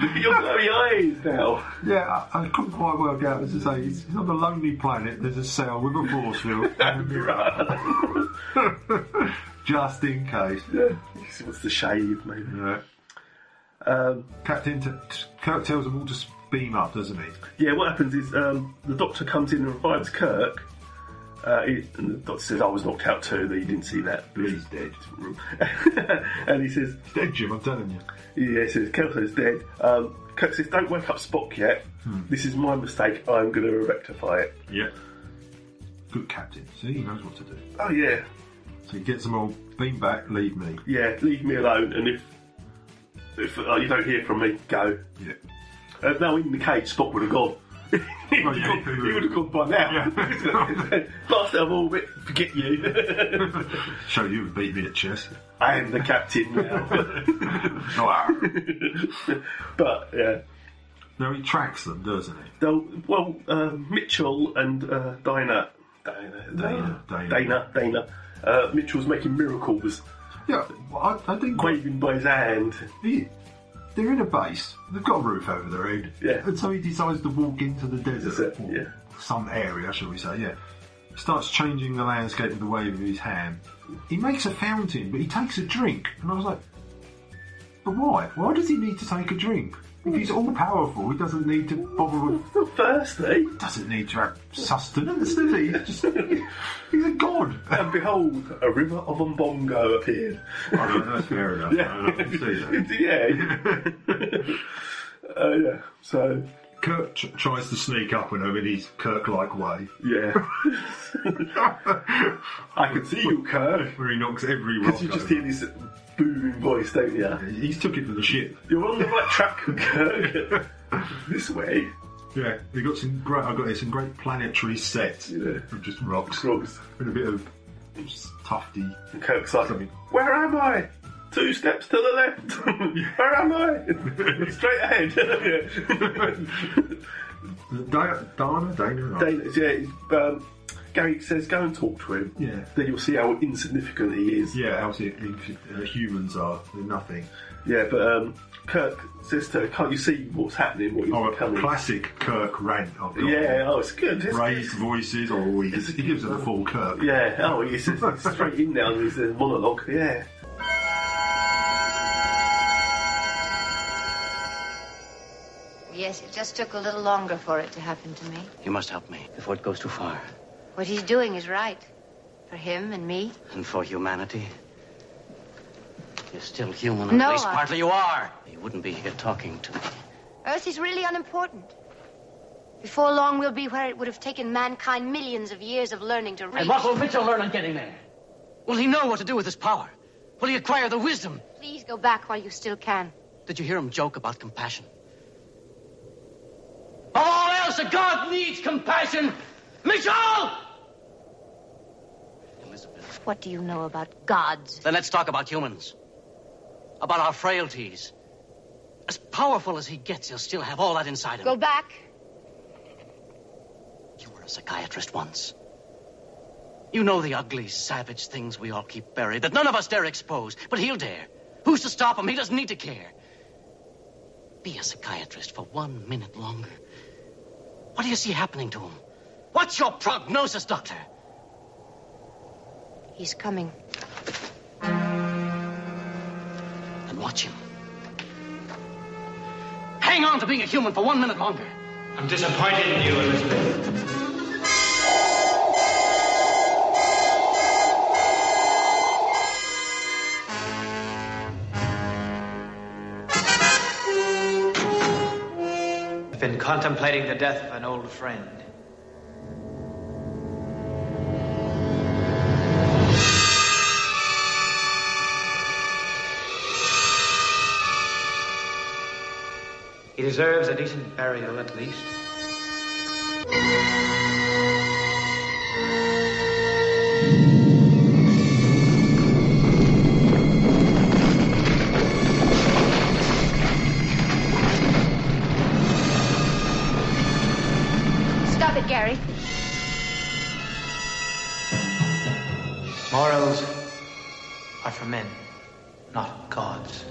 Speaker 3: Look at your blurry eyes now.
Speaker 4: Yeah, I, I couldn't quite work out. As I say, it's, it's on a lonely planet. There's a cell with a force field and a mirror, just in case.
Speaker 3: He wants to shave, maybe.
Speaker 4: Yeah.
Speaker 3: Um,
Speaker 4: Captain t- Kirk tells them all to beam up, doesn't he?
Speaker 3: yeah, what happens is um, the doctor comes in and revives Kirk. Uh, he, and the doctor says, I was knocked out too, that he didn't see that.
Speaker 4: Lee's dead.
Speaker 3: and he says,
Speaker 4: He's dead, Jim. I'm telling you.
Speaker 3: Yeah, he says, Kelso's dead. Um, Kirk says, Don't wake up Spock yet. This is my mistake. I'm going to rectify it.
Speaker 4: Yeah. Good captain. See, he knows what to do.
Speaker 3: Oh, yeah.
Speaker 4: So he gets them all beam back. Leave me.
Speaker 3: Yeah, leave me alone. And if if uh, you don't hear from me, go.
Speaker 4: Yeah.
Speaker 3: Uh, now in the cage, Spock would have gone. he would have called, he would have called by now. Blast out of orbit, forget you.
Speaker 4: Show you who beat me at chess.
Speaker 3: I am the captain now. but, yeah.
Speaker 4: No, he tracks them, doesn't he?
Speaker 3: Though, well, uh, Mitchell and uh, Dinah. Dana. Dana. Dana. Dana. Uh, Mitchell's making miracles.
Speaker 4: Yeah, well, I, I think.
Speaker 3: Waving by his hand.
Speaker 4: He, they're in a base. They've got a roof over their head.
Speaker 3: Yeah.
Speaker 4: And so he decides to walk into the desert.
Speaker 3: Desert, yeah.
Speaker 4: Some area, shall we say, yeah. Starts changing the landscape with the wave of his hand. He makes a fountain, but he takes a drink. And I was like, but why? Why does he need to take a drink? If he's all powerful, he doesn't need to bother with.
Speaker 3: Not thirsty.
Speaker 4: Doesn't need to have sustenance, does he? Just, he's a god.
Speaker 3: And behold, a river of Umbongo appeared.
Speaker 4: that's fair enough. I can see that.
Speaker 3: yeah. uh, yeah. So,
Speaker 4: Kirk tr- tries to sneak up on him in his Kirk-like way.
Speaker 3: yeah. I can see you, Kirk.
Speaker 4: Where he knocks every rock
Speaker 3: Because you just
Speaker 4: over.
Speaker 3: hear this booming voice, don't you?
Speaker 4: He's took it for the ship.
Speaker 3: You're on the right track, Kirk. this way.
Speaker 4: Yeah, they got some great. I got here some great planetary sets
Speaker 3: Yeah.
Speaker 4: of just rocks
Speaker 3: Scrubs.
Speaker 4: and a bit of just tufty.
Speaker 3: And Kirk's like,
Speaker 4: Something.
Speaker 3: Where am I? Two steps to the left. Where am I? Straight ahead.
Speaker 4: Di- Dana, Dana,
Speaker 3: Dana, yeah, um, Gary says, Go and talk to him.
Speaker 4: Yeah.
Speaker 3: Then you'll see how insignificant he is.
Speaker 4: Yeah, obviously uh, humans are they're nothing.
Speaker 3: Yeah, but um, Kirk says to her, Can't you see what's happening? What
Speaker 4: Oh,
Speaker 3: you're
Speaker 4: a
Speaker 3: becoming?
Speaker 4: classic Kirk rant. I've got.
Speaker 3: Yeah, oh, it's good. It's
Speaker 4: raised
Speaker 3: good.
Speaker 4: voices, or he, he gives it a full Kirk.
Speaker 3: Yeah, oh, he's it's straight in now, he's a monologue, yeah.
Speaker 10: Yes, it just took a little longer for it to happen to me.
Speaker 5: You must help me before it goes too far.
Speaker 10: What he's doing is right. For him and me.
Speaker 5: And for humanity. You're still human, or
Speaker 10: No,
Speaker 5: at least
Speaker 10: I-
Speaker 5: partly you are. You wouldn't be here talking to me.
Speaker 10: Earth is really unimportant. Before long, we'll be where it would have taken mankind millions of years of learning to reach.
Speaker 5: And what will Mitchell learn on getting there? Will he know what to do with his power? Will he acquire the wisdom?
Speaker 10: Please go back while you still can.
Speaker 5: Did you hear him joke about compassion? Of all else, a god needs compassion. Mitchell! Elizabeth.
Speaker 10: What do you know about gods?
Speaker 5: Then let's talk about humans. About our frailties. As powerful as he gets, he'll still have all that inside him.
Speaker 10: Go back.
Speaker 5: You were a psychiatrist once. You know the ugly, savage things we all keep buried that none of us dare expose, but he'll dare. Who's to stop him? He doesn't need to care. Be a psychiatrist for one minute longer. What do you see happening to him? What's your prognosis, Doctor?
Speaker 10: He's coming.
Speaker 5: And watch him. Hang on to being a human for one minute longer.
Speaker 8: I'm disappointed in you, Elizabeth.
Speaker 7: I've been contemplating the death of an old friend.
Speaker 9: He deserves a decent burial, at least.
Speaker 10: Stop it, Gary.
Speaker 7: Morals are for men, not gods.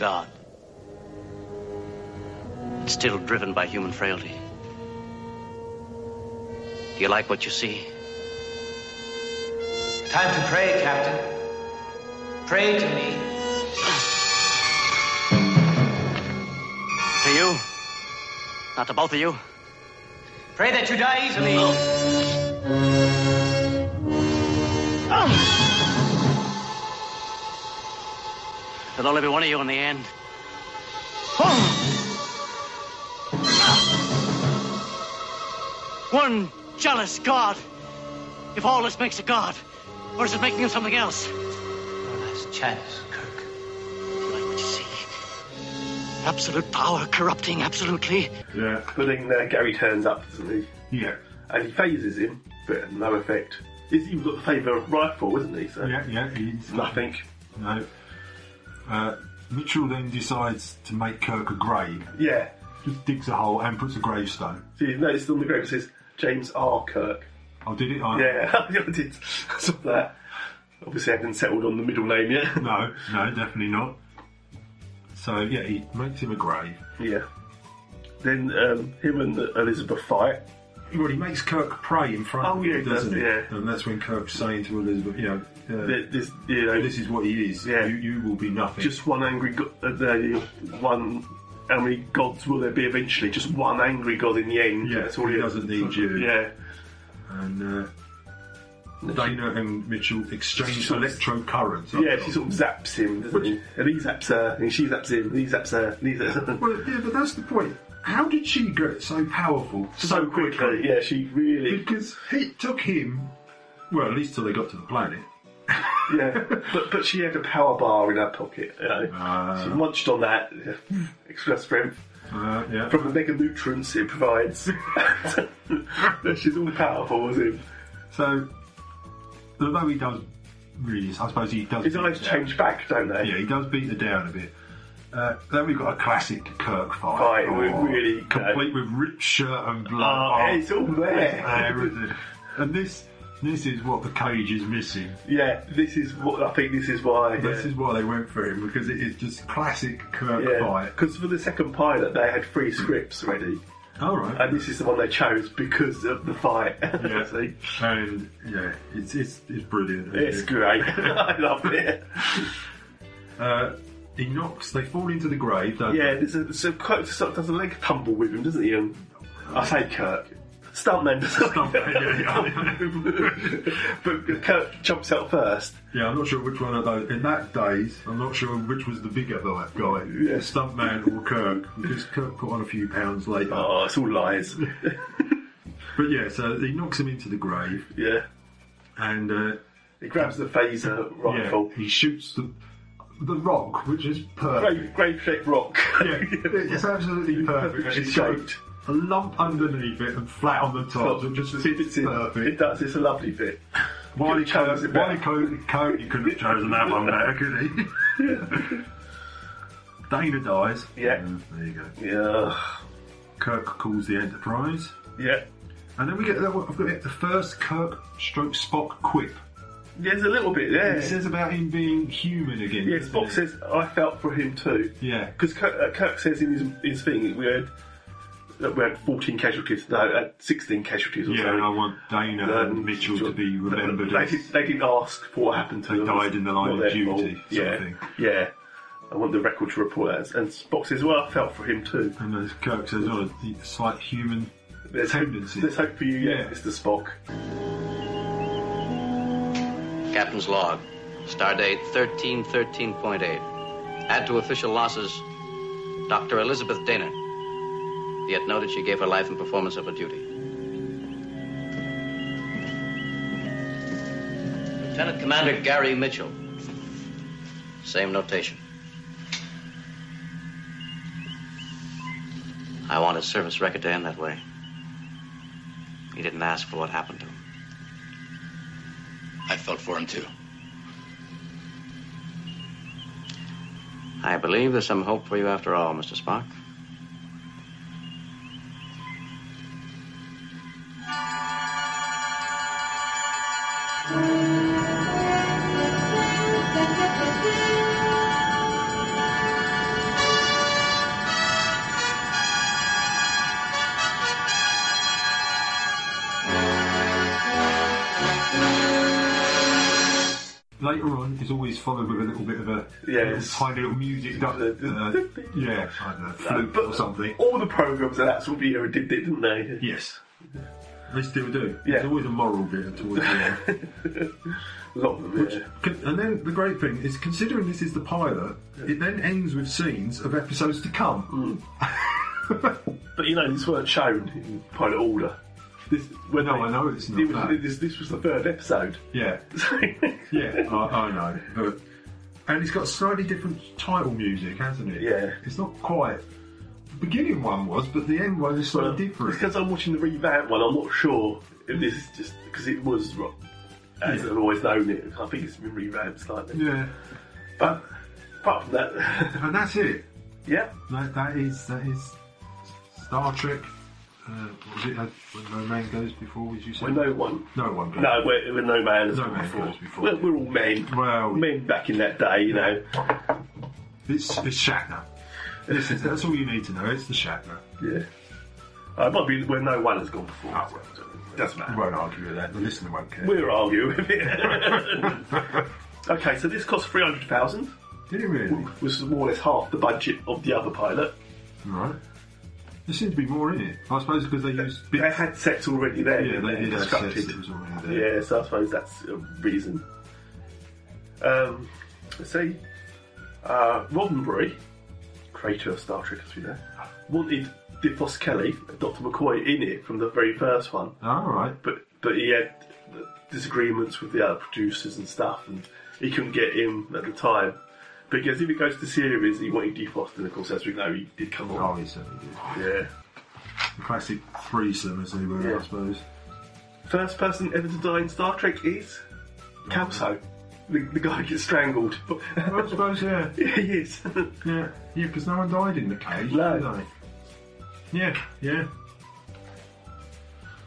Speaker 5: God. It's still driven by human frailty. Do you like what you see?
Speaker 7: Time to pray, Captain. Pray to me.
Speaker 5: To you? Not to both of you?
Speaker 7: Pray that you die easily.
Speaker 5: Ah. There'll only be one of you in the end. Ah. One jealous God. If all this makes a God, or is it making him something else?
Speaker 7: One last chance, Kirk.
Speaker 5: Do you like what you see?
Speaker 7: Absolute power corrupting absolutely.
Speaker 3: Yeah. But then uh, Gary turns up, doesn't he?
Speaker 4: Yeah.
Speaker 3: And he phases him, but no effect. He's even got the favour rifle, isn't he? So
Speaker 4: Yeah, yeah, he's
Speaker 3: nothing.
Speaker 4: No. Uh, Mitchell then decides to make Kirk a grave.
Speaker 3: Yeah.
Speaker 4: Just digs a hole and puts a gravestone.
Speaker 3: See, no, it's on the grave. It says James R. Kirk.
Speaker 4: Oh, did it? I-
Speaker 3: Yeah, I did. I saw that. Obviously, I haven't settled on the middle name yet.
Speaker 4: No, no, definitely not. So yeah, he makes him a grave.
Speaker 3: Yeah. Then um, him and Elizabeth fight.
Speaker 4: Well, he makes Kirk pray in front
Speaker 3: Oh,
Speaker 4: of him,
Speaker 3: yeah,
Speaker 4: doesn't
Speaker 3: that's-
Speaker 4: he?
Speaker 3: yeah.
Speaker 4: And that's when Kirk's saying to Elizabeth, you know, uh,
Speaker 3: Th- this, you know,
Speaker 4: this is what he is.
Speaker 3: Yeah.
Speaker 4: You, you will be nothing.
Speaker 3: Just one angry god. Uh, the- one. How many gods will there be eventually? Just one angry god in the end.
Speaker 4: Yeah,
Speaker 3: that's all
Speaker 4: he
Speaker 3: he
Speaker 4: doesn't need you.
Speaker 3: Yeah.
Speaker 4: and uh, Dana and Mitchell exchange
Speaker 3: Sort of-
Speaker 4: electro currents.
Speaker 3: Yeah, she sort of zaps him, doesn't she? And he zaps her, and she zaps him, and he zaps her, and he zaps her.
Speaker 4: Well, yeah, but that's the point. How did she get so powerful so quickly?
Speaker 3: Yeah, she really.
Speaker 4: Because it took him, well, at least till they got to the planet.
Speaker 3: yeah, but but she had a power bar in her pocket. You know.
Speaker 4: Ah.
Speaker 3: she munched on that yeah. extra strength
Speaker 4: Uh, yeah.
Speaker 3: from the mega nutrients it provides. She's all powerful, was him.
Speaker 4: So, although he does really, I suppose he does.
Speaker 3: His
Speaker 4: beat
Speaker 3: eyes
Speaker 4: her
Speaker 3: change back, don't they?
Speaker 4: down. Yeah, he does beat her down a bit. Uh, then we've got a classic Kirk fight. Oh,
Speaker 3: Fight, we- really,
Speaker 4: complete with ripped shirt and blood.
Speaker 3: Oh, it's all there.
Speaker 4: everything. and this, this is what the cage is missing.
Speaker 3: Yeah, this is what I think. This is why.
Speaker 4: This is why they went for him because it is just classic Kirk
Speaker 3: yeah,
Speaker 4: fight.
Speaker 3: because for the second pilot they had three scripts ready,
Speaker 4: All right.
Speaker 3: and this is the one they chose because of the fight.
Speaker 4: Yeah.
Speaker 3: See?
Speaker 4: And yeah, it's it's it's brilliant.
Speaker 3: It's great. I love it.
Speaker 4: Uh, he knocks. They fall into the grave. Don't
Speaker 3: Yeah, there's a, so Kirk sort of does a leg tumble with him, doesn't he? And I say Kirk. Stuntman does
Speaker 4: Stuntman, yeah,
Speaker 3: But Kirk jumps out first.
Speaker 4: Yeah, I'm not sure which one of those. In that days, I'm not sure which was the bigger guy, guy the stuntman or Kirk, because Kirk put on a few pounds later.
Speaker 3: Oh, it's all lies.
Speaker 4: But yeah, so he knocks him into the grave,
Speaker 3: yeah.
Speaker 4: and uh,
Speaker 3: He grabs the phaser
Speaker 4: yeah,
Speaker 3: rifle.
Speaker 4: he shoots the the rock, which is perfect.
Speaker 3: Grape, grape shaped rock.
Speaker 4: Yeah, it's absolutely perfect.
Speaker 3: It's
Speaker 4: got
Speaker 3: shaped.
Speaker 4: A lump underneath it and flat on the top, so it just uh, fits
Speaker 3: in.
Speaker 4: perfect.
Speaker 3: It does, it's a lovely fit.
Speaker 4: Why
Speaker 3: Could've chosen
Speaker 4: did Coyote, why
Speaker 3: that.
Speaker 4: did Coyote, Coyote couldn't have chosen that one better, could he? Dana dies.
Speaker 3: Yeah.
Speaker 4: Uh, there you go.
Speaker 3: Yeah.
Speaker 4: Kirk calls the Enterprise.
Speaker 3: Yeah.
Speaker 4: And then we get, I've got to get the first Kirk stroke Spock quip.
Speaker 3: There's a little bit there.
Speaker 4: It says about him being human again.
Speaker 3: Yeah,
Speaker 4: doesn't
Speaker 3: Spock
Speaker 4: it?
Speaker 3: says, I felt for him too.
Speaker 4: Yeah.
Speaker 3: Because Kirk, uh, Kirk says in his, his thing, we had, that we had 14 casualties, no, uh, 16 casualties or
Speaker 4: Yeah,
Speaker 3: something. Um,
Speaker 4: and I want Dana
Speaker 3: Uh,
Speaker 4: and Mitchell to be remembered
Speaker 3: They,
Speaker 4: as.
Speaker 3: did, they didn't ask for what happened to
Speaker 4: They
Speaker 3: them.
Speaker 4: died in the
Speaker 3: Not
Speaker 4: line of
Speaker 3: their
Speaker 4: duty,
Speaker 3: fault.
Speaker 4: sort of
Speaker 3: Yeah,
Speaker 4: thing.
Speaker 3: yeah. I want the record to report that. And Spock says, well, I felt for him too.
Speaker 4: And then Kirk says, oh, the slight human
Speaker 3: There's hope,
Speaker 4: tendency.
Speaker 3: there's hope for you, yeah,
Speaker 4: Yeah.
Speaker 3: Mr. Spock.
Speaker 5: Captain's log, stardate 1313.8. Add to official losses Dr. Elizabeth Dana. Be it noted she gave her life in performance of her duty. Lieutenant Commander Gary Mitchell. Same notation. I want his service record to end that way. He didn't ask for what happened to him.
Speaker 6: I felt for him, too.
Speaker 5: I believe there's some hope for you after all, Mr. Spock.
Speaker 4: Later on, it's always followed with a little bit of a
Speaker 3: Yes.
Speaker 4: little tiny little music, duck, uh, yeah, I don't know, flute
Speaker 3: but-
Speaker 4: or something.
Speaker 3: All the programmes of that sort of era did it, didn't they?
Speaker 4: Yes, they still do.
Speaker 3: Yeah.
Speaker 4: There's always a moral bit towards the end.
Speaker 3: A lot of them,
Speaker 4: Which,
Speaker 3: yeah.
Speaker 4: con- and then the great thing is, considering this is the pilot, it then ends with scenes of episodes to
Speaker 3: Mm.
Speaker 4: come.
Speaker 3: But you know, these weren't shown in pilot order. This, when
Speaker 4: No, I know it's not
Speaker 3: It was-
Speaker 4: that.
Speaker 3: This, this was the third episode.
Speaker 4: Yeah,
Speaker 3: So-
Speaker 4: yeah, I, I know. But And it's got slightly different title music, hasn't it? Yeah. It's not quite. The beginning one was, but the end one is slightly different.
Speaker 3: Because I'm watching the revamp one, I'm not sure if this is just because it was rock as
Speaker 4: Yeah.
Speaker 3: I've always known it. I think it's been revamped slightly.
Speaker 4: Yeah.
Speaker 3: But apart from that,
Speaker 4: and that's it.
Speaker 3: Yeah.
Speaker 4: That, that is that is Star Trek. Uh, what was it? Uh, When no man goes before, as you said.
Speaker 3: When no one.
Speaker 4: No one. Goes.
Speaker 3: No, we're, we're no man as
Speaker 4: No
Speaker 3: no
Speaker 4: man
Speaker 3: before.
Speaker 4: goes before.
Speaker 3: We're, we're all men.
Speaker 4: Well,
Speaker 3: men back in that day, you know.
Speaker 4: It's it's Shatner. This is that's all you need to know. It's the Shatner.
Speaker 3: Yeah. Uh, it might be where no one has gone before.
Speaker 4: Ah,
Speaker 3: Oh, well, doesn't matter.
Speaker 4: I won't argue with that. The listener won't care.
Speaker 3: We're arguing with it. okay, so this cost three hundred thousand.
Speaker 4: Did it really?
Speaker 3: Which is more or less half the budget of the other pilot.
Speaker 4: Right. There seemed to be more in it. I suppose because they used.
Speaker 3: They had sets already there.
Speaker 4: Yeah,
Speaker 3: didn't
Speaker 4: they did have sets
Speaker 3: Constructed.
Speaker 4: that was already
Speaker 3: Yeah, so I suppose that's a reason. Um, let's see. Uh, Roddenberry, creator of Star Trek, as we know, wanted Diplos Kelly, Dr. McCoy, in it from the very first one.
Speaker 4: Ah, All right.
Speaker 3: But but he had disagreements with the other producers and stuff, and he couldn't get him at the time. Because if it goes to series, he wanted Defrost, and of course, as we know, he did come on.
Speaker 4: Oh, he certainly
Speaker 3: did. Yeah.
Speaker 4: The classic threesome, as they were, I suppose.
Speaker 3: First person ever to die in Star Trek is Kelso. The, the guy who gets strangled. I
Speaker 4: suppose, yeah.
Speaker 3: yeah he is.
Speaker 4: yeah, yeah, because no one died in the cage,
Speaker 3: No.
Speaker 4: did they? Yeah, yeah.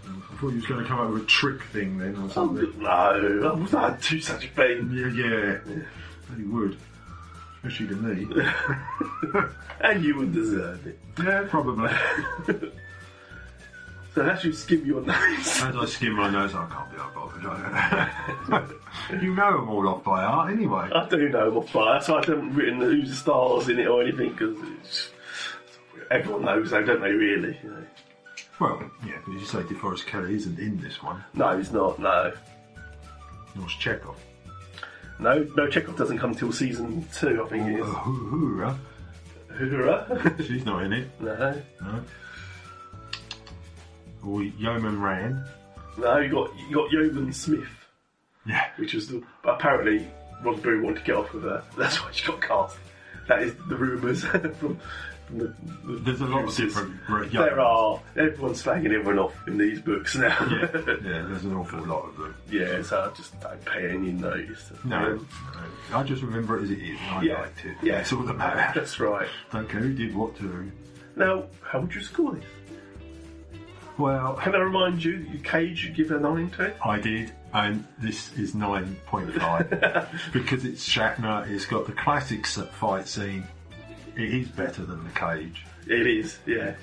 Speaker 4: I thought you was going to come up with a trick thing then or something.
Speaker 3: Oh, no, I would not do such a thing.
Speaker 4: Yeah, yeah. But he would. Especially to me.
Speaker 3: and you would deserve it.
Speaker 4: Yeah, probably.
Speaker 3: So as you skim your nose.
Speaker 4: As I skim my nose, I can't be that bothered. I- you know them all off by heart anyway.
Speaker 3: I do know my fire, so I haven't written who's the stars in it or anything because everyone knows they don't they really? You know.
Speaker 4: Well, yeah, but as you say, DeForest Kelly isn't in this one.
Speaker 3: No, he's not. No,
Speaker 4: Nor is Chekhov.
Speaker 3: no, no. Chekhov doesn't come till season two, I think it is.
Speaker 4: Uhura.
Speaker 3: Uhura.
Speaker 4: She's not in it.
Speaker 3: no,
Speaker 4: No. Or Yeoman Rand.
Speaker 3: no. You got you got Yeoman Smith.
Speaker 4: Yeah.
Speaker 3: Which was the, but apparently Roddenberry wanted to get off with her. That's why she got cast. That is the rumours from. from The, the
Speaker 4: There's a lot of
Speaker 3: producers.
Speaker 4: different re-
Speaker 3: There are. Everyone's slagging everyone off in these books now.
Speaker 4: yeah, yeah, there's an awful lot of them.
Speaker 3: Yeah, so I just don't pay any notice.
Speaker 4: No,
Speaker 3: Um,
Speaker 4: no, I just remember it as it is, and I
Speaker 3: Yeah.
Speaker 4: liked it.
Speaker 3: Yeah.
Speaker 4: That's all that matters.
Speaker 3: That's right.
Speaker 4: Don't care who did what to who.
Speaker 3: Now, how would you score this?
Speaker 4: Well,
Speaker 3: can I remind you that your cage you give a nine to? it?
Speaker 4: I did, and this is 9.5 because it's Shatner, it's got the classic s- fight scene. It is better than The Cage.
Speaker 3: It is, yeah.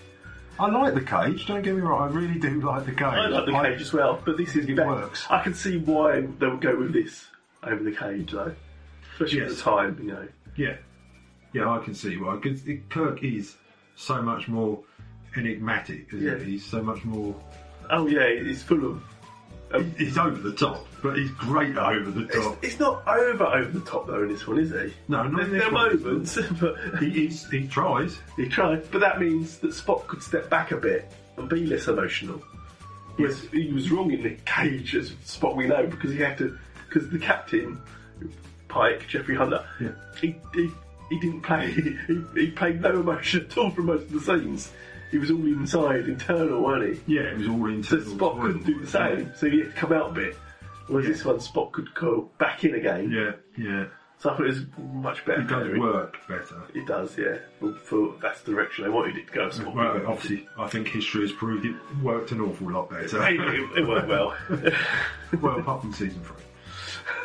Speaker 4: I like The Cage, don't get me wrong, I really do like The Cage.
Speaker 3: I like the cage as well, but this is
Speaker 4: It
Speaker 3: better.
Speaker 4: works.
Speaker 3: I can see why they would go with this over the cage though, especially at the time, you know.
Speaker 4: Yeah, yeah, I can see why. Because Kirk is so much more enigmatic, isn't
Speaker 3: Yeah.
Speaker 4: he? He's so much more.
Speaker 3: Oh yeah, it's full of.
Speaker 4: He- he's over the top, but he's great at over the top.
Speaker 3: It's not over over the top though in this one, is he?
Speaker 4: No, not
Speaker 3: There's
Speaker 4: in this
Speaker 3: there
Speaker 4: one.
Speaker 3: moments, but
Speaker 4: he, he's, he tries.
Speaker 3: He tries, but that means that Spock could step back a bit and be less emotional. Whereas he was wrong in the cage as Spock we know because he had to because the captain Pike Jeffrey Hunter
Speaker 4: Yeah.
Speaker 3: he, he he didn't play he, he played no emotion at all for most of the scenes. He was all inside, internal, wasn't he?
Speaker 4: Yeah, it was all
Speaker 3: So
Speaker 4: internal.
Speaker 3: Spock couldn't do the same, so he had to come out a bit. Whereas this one, Spock could go back in again.
Speaker 4: Yeah, yeah.
Speaker 3: So I thought it was much better.
Speaker 4: It does
Speaker 3: pairing.
Speaker 4: work better.
Speaker 3: It does, yeah. For, for that's the direction they wanted it to go. Spock.
Speaker 4: Well, obviously, I think history has proved it worked an awful lot better.
Speaker 3: Hey, it, it worked well.
Speaker 4: well, apart from season three.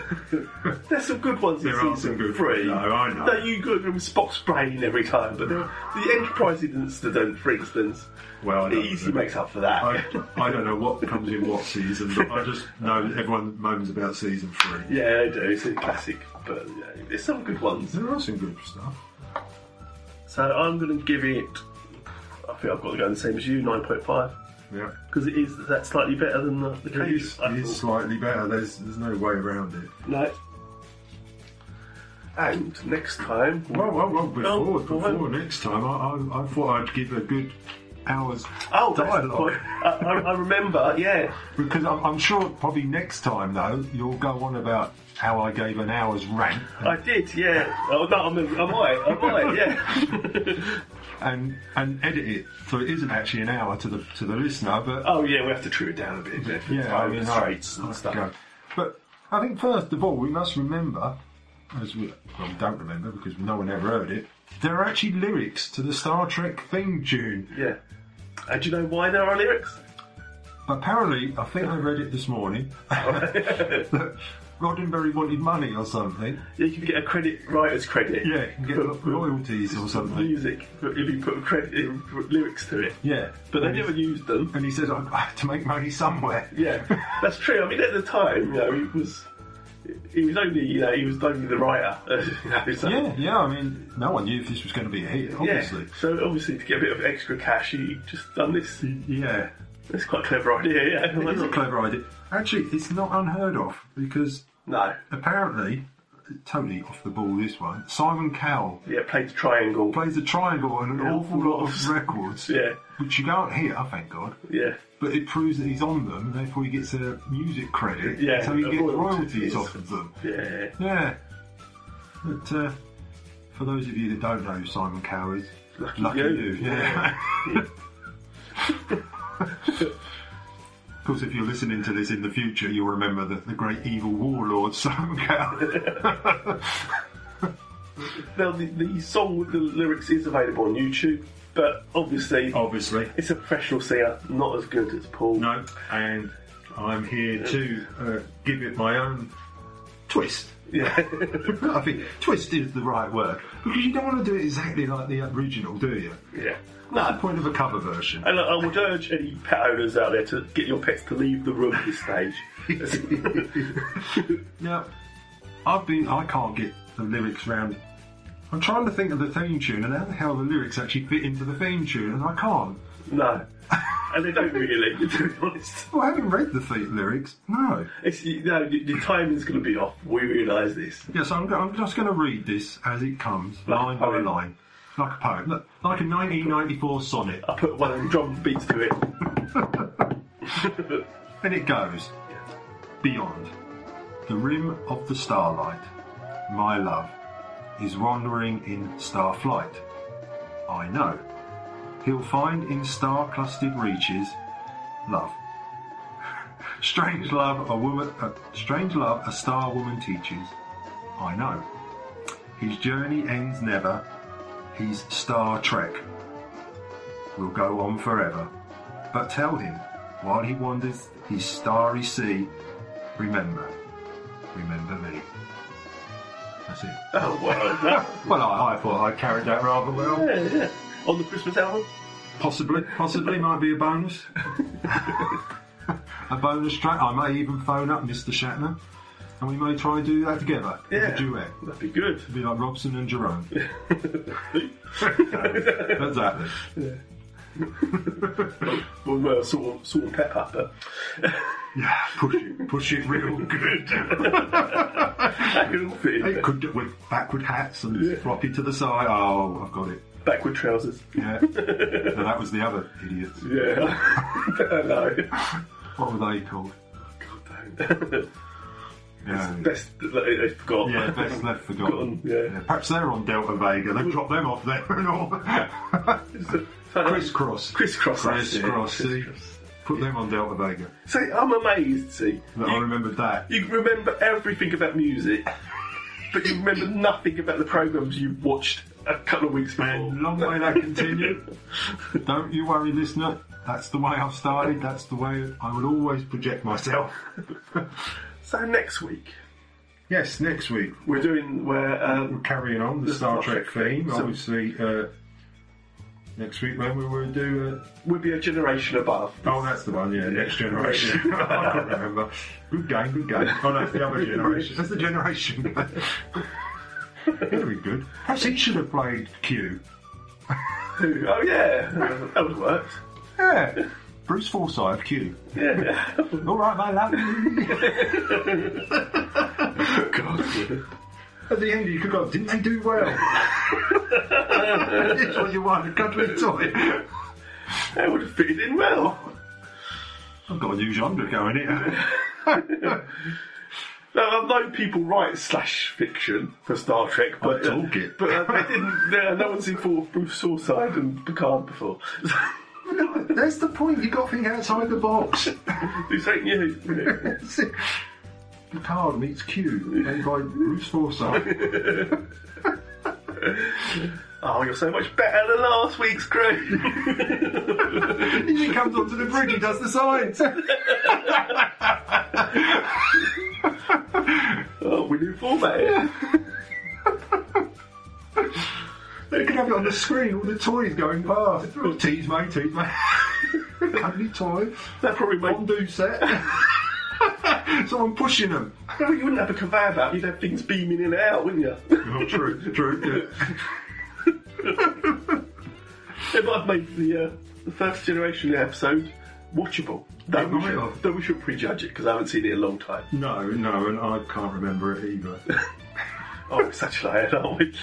Speaker 3: There's some good ones
Speaker 4: There
Speaker 3: in
Speaker 4: are
Speaker 3: season
Speaker 4: some good-
Speaker 3: three.
Speaker 4: No, I know.
Speaker 3: That you got from Spock's brain every time, but there- the Enterprise incident, for instance,
Speaker 4: Well, Oh, I
Speaker 3: it
Speaker 4: don't
Speaker 3: easily
Speaker 4: know.
Speaker 3: makes up for that.
Speaker 4: I, I don't know what comes in what season, but I just know that everyone moans about season three.
Speaker 3: yeah, I do. It's a classic, but yeah, there's some good ones.
Speaker 4: There are some good stuff.
Speaker 3: So I'm going to give it. I think I've got to go the same as you, nine point five,
Speaker 4: Yeah.
Speaker 3: because it is that slightly better than the, the
Speaker 4: It
Speaker 3: cage.
Speaker 4: is,
Speaker 3: I
Speaker 4: it is
Speaker 3: thought.
Speaker 4: slightly better. There's there's no way around it.
Speaker 3: No. And next time,
Speaker 4: Well, well, well. Before,
Speaker 3: Oh,
Speaker 4: before next time, I, I, I thought I'd give a good hours
Speaker 3: Oh,
Speaker 4: dialogue.
Speaker 3: I, I remember, yeah.
Speaker 4: Because I'm, I'm sure probably next time, though, you'll go on about how I gave an hour's rant.
Speaker 3: I did, yeah. Oh, no, I'm, I'm right, I'm right, yeah.
Speaker 4: and and edit it so it isn't actually an hour to the to the listener. But
Speaker 3: oh yeah, we have to trim it down a bit. Yeah,
Speaker 4: yeah I mean,
Speaker 3: traits
Speaker 4: I-
Speaker 3: Oh, and stuff.
Speaker 4: yeah. But I think first of all we must remember, as we, well, we don't remember because no one ever heard it. There are actually lyrics to the Star Trek theme tune.
Speaker 3: Yeah. And do you know why there are lyrics?
Speaker 4: Apparently, I think I read it this morning. that Roddenberry wanted money or something.
Speaker 3: Yeah, you can get a credit, writer's credit.
Speaker 4: Yeah, you can get
Speaker 3: For- for-
Speaker 4: royalties or something.
Speaker 3: Music, but if you put credit, if you put lyrics to it.
Speaker 4: Yeah,
Speaker 3: But they
Speaker 4: And he-
Speaker 3: never used them.
Speaker 4: And he said, I I have to make money somewhere.
Speaker 3: Yeah, that's true. I mean, at the time, you know, he was he was only you know he was only the writer. you know, so-
Speaker 4: Yeah, yeah. I mean, no one knew if this was going to be a hit, obviously.
Speaker 3: Yeah. So obviously, to get a bit of extra cash, he just done this.
Speaker 4: Yeah.
Speaker 3: That's quite a clever idea. Yeah,
Speaker 4: It is a clever idea. Actually, it's not unheard of because
Speaker 3: no,
Speaker 4: apparently, totally off the ball. This one, Simon Cowell
Speaker 3: yeah, played the triangle.
Speaker 4: plays the triangle on an awful lot of records,
Speaker 3: Yeah,
Speaker 4: which you can't hear. Thank God.
Speaker 3: yeah.
Speaker 4: But it proves that he's on them, and therefore he gets a music credit,
Speaker 3: Yeah,
Speaker 4: so he
Speaker 3: a
Speaker 4: gets
Speaker 3: royalties.
Speaker 4: royalties off of them.
Speaker 3: Yeah,
Speaker 4: Yeah. But uh, for those of you that don't know who Simon Cowell is, lucky,
Speaker 3: you.
Speaker 4: you. Yeah. of course, if you're listening to this in the future, you'll remember the, the great evil warlord Simon Cowell.
Speaker 3: Now the, the song with the lyrics is available on YouTube, but obviously,
Speaker 4: Obviously.
Speaker 3: it's a professional singer, not as good as Paul.
Speaker 4: Oh. No, and I'm here to uh, give it my own twist.
Speaker 3: Yeah,
Speaker 4: I think twist is the right word because you don't want to do it exactly like the original, do you?
Speaker 3: yeah.
Speaker 4: That's the point of a cover version.
Speaker 3: And uh, I, I would urge any pet owners out there to get your pets to leave the room at this stage.
Speaker 4: Now, I've been. I can't get the lyrics round. I'm trying to think of the theme tune and how the hell the lyrics actually fit into the theme tune, and I can't.
Speaker 3: no, and they don't really. To be honest,
Speaker 4: Well, I haven't read the theme lyrics. No.
Speaker 3: it's, you know, the, the timing's going to be off. We realise this.
Speaker 4: Yes, I'm, go- I'm just going to read this as it comes, line by
Speaker 3: poem.
Speaker 4: line, like a poem, Look, like a 1994 sonnet,
Speaker 3: I put one of the drum beats to it.
Speaker 4: and it goes. Beyond the rim of the starlight, my love is wandering in star flight. I know he'll find in star clustered reaches love. strange love a woman, uh, strange love a star woman teaches. I know his journey ends never. He's Star Trek. Will go on forever. But tell him, while he wanders his starry sea, remember, remember me. That's it.
Speaker 3: Oh wow! that-
Speaker 4: Well, I, I thought I carried that rather well.
Speaker 3: yeah, yeah. On the Christmas album.
Speaker 4: Possibly, possibly might be a bonus. a bonus track. I may even phone up Mr. Shatner, and we may try and do that together.
Speaker 3: Yeah.
Speaker 4: a duet.
Speaker 3: That'd be good.
Speaker 4: It'd be like Robson and Jerome. Um, exactly.
Speaker 3: Well, uh, salt, and- salt and pepper, but
Speaker 4: Yeah, push it, push it real good.
Speaker 3: that could all fit in
Speaker 4: it
Speaker 3: there.
Speaker 4: could do with backward hats and floppy to the side. Oh, I've got it.
Speaker 3: Backward trousers.
Speaker 4: Yeah. no, that was the other idiots.
Speaker 3: Yeah. I know.
Speaker 4: What were they called?
Speaker 3: God,
Speaker 4: Yeah.
Speaker 3: don't. Best that they- they forgot.
Speaker 4: Yeah, best left forgotten.
Speaker 3: Forgotten, yeah.
Speaker 4: perhaps they're on Delta Vega. They've dropped them off there and all. Crisscross.
Speaker 3: Crisscross. that's it.
Speaker 4: Crisscross, see?
Speaker 3: Crisscross.
Speaker 4: Put them on Delta Vega.
Speaker 3: See, I'm amazed. See,
Speaker 4: That I remembered that.
Speaker 3: you remember everything about music, but you remember nothing about the programs you watched a couple of weeks before.
Speaker 4: And long may that continue. Don't you worry, listener. That's the way I've started. That's the way I will always project myself.
Speaker 3: so next week
Speaker 4: yes, next week
Speaker 3: we're doing where
Speaker 4: we're
Speaker 3: um,
Speaker 4: carrying on the
Speaker 3: The
Speaker 4: Star
Speaker 3: Star
Speaker 4: Trek
Speaker 3: Trek
Speaker 4: theme.
Speaker 3: theme. So-
Speaker 4: Obviously, uh, next week when we will do. Uh,
Speaker 3: we'll be a generation above.
Speaker 4: oh, that's the one. Yeah, next generation. I can't remember. Good game, good game. Oh, that's the other generation. That's the generation. Very good. Perhaps he should have played Q.
Speaker 3: Oh yeah, that would work.
Speaker 4: Yeah. Bruce Forsyth, Q.
Speaker 3: Yeah.
Speaker 4: All right, my love.
Speaker 3: God.
Speaker 4: At the end, you could go, didn't they do well? That's what you want, a country toy.
Speaker 3: That would have fitted in well.
Speaker 4: I've got a new genre going here.
Speaker 3: Now, Uh, I know people write slash fiction for Star Trek, but
Speaker 4: I'll talk it.
Speaker 3: but uh, they didn't. Uh, no one's seen for Bruce Suicide and Picard before.
Speaker 4: No, That's the point. You got to think outside the box.
Speaker 3: He's saying, yeah,
Speaker 4: Picard meets Q, played by Bruce Forsyth.
Speaker 3: oh, you're so much better than last week's crew.
Speaker 4: he comes onto the bridge. He does the signs.
Speaker 3: oh, we new format. here.
Speaker 4: They can have it on the screen. All the toys going past. Oh, tease me, tease me. Company toy.
Speaker 3: That probably made
Speaker 4: Fondue set. Someone pushing them.
Speaker 3: No, you wouldn't have a conveyor belt. You'd have things beaming in and out, wouldn't you?
Speaker 4: Oh, true, true. yeah.
Speaker 3: It might have made the, uh, the first generation episode watchable. Though
Speaker 4: It
Speaker 3: we,
Speaker 4: might
Speaker 3: should,
Speaker 4: have.
Speaker 3: though we should prejudge it because I haven't seen it in a long time.
Speaker 4: No, no, and I can't remember it either.
Speaker 3: Oh, we're such liars, aren't we?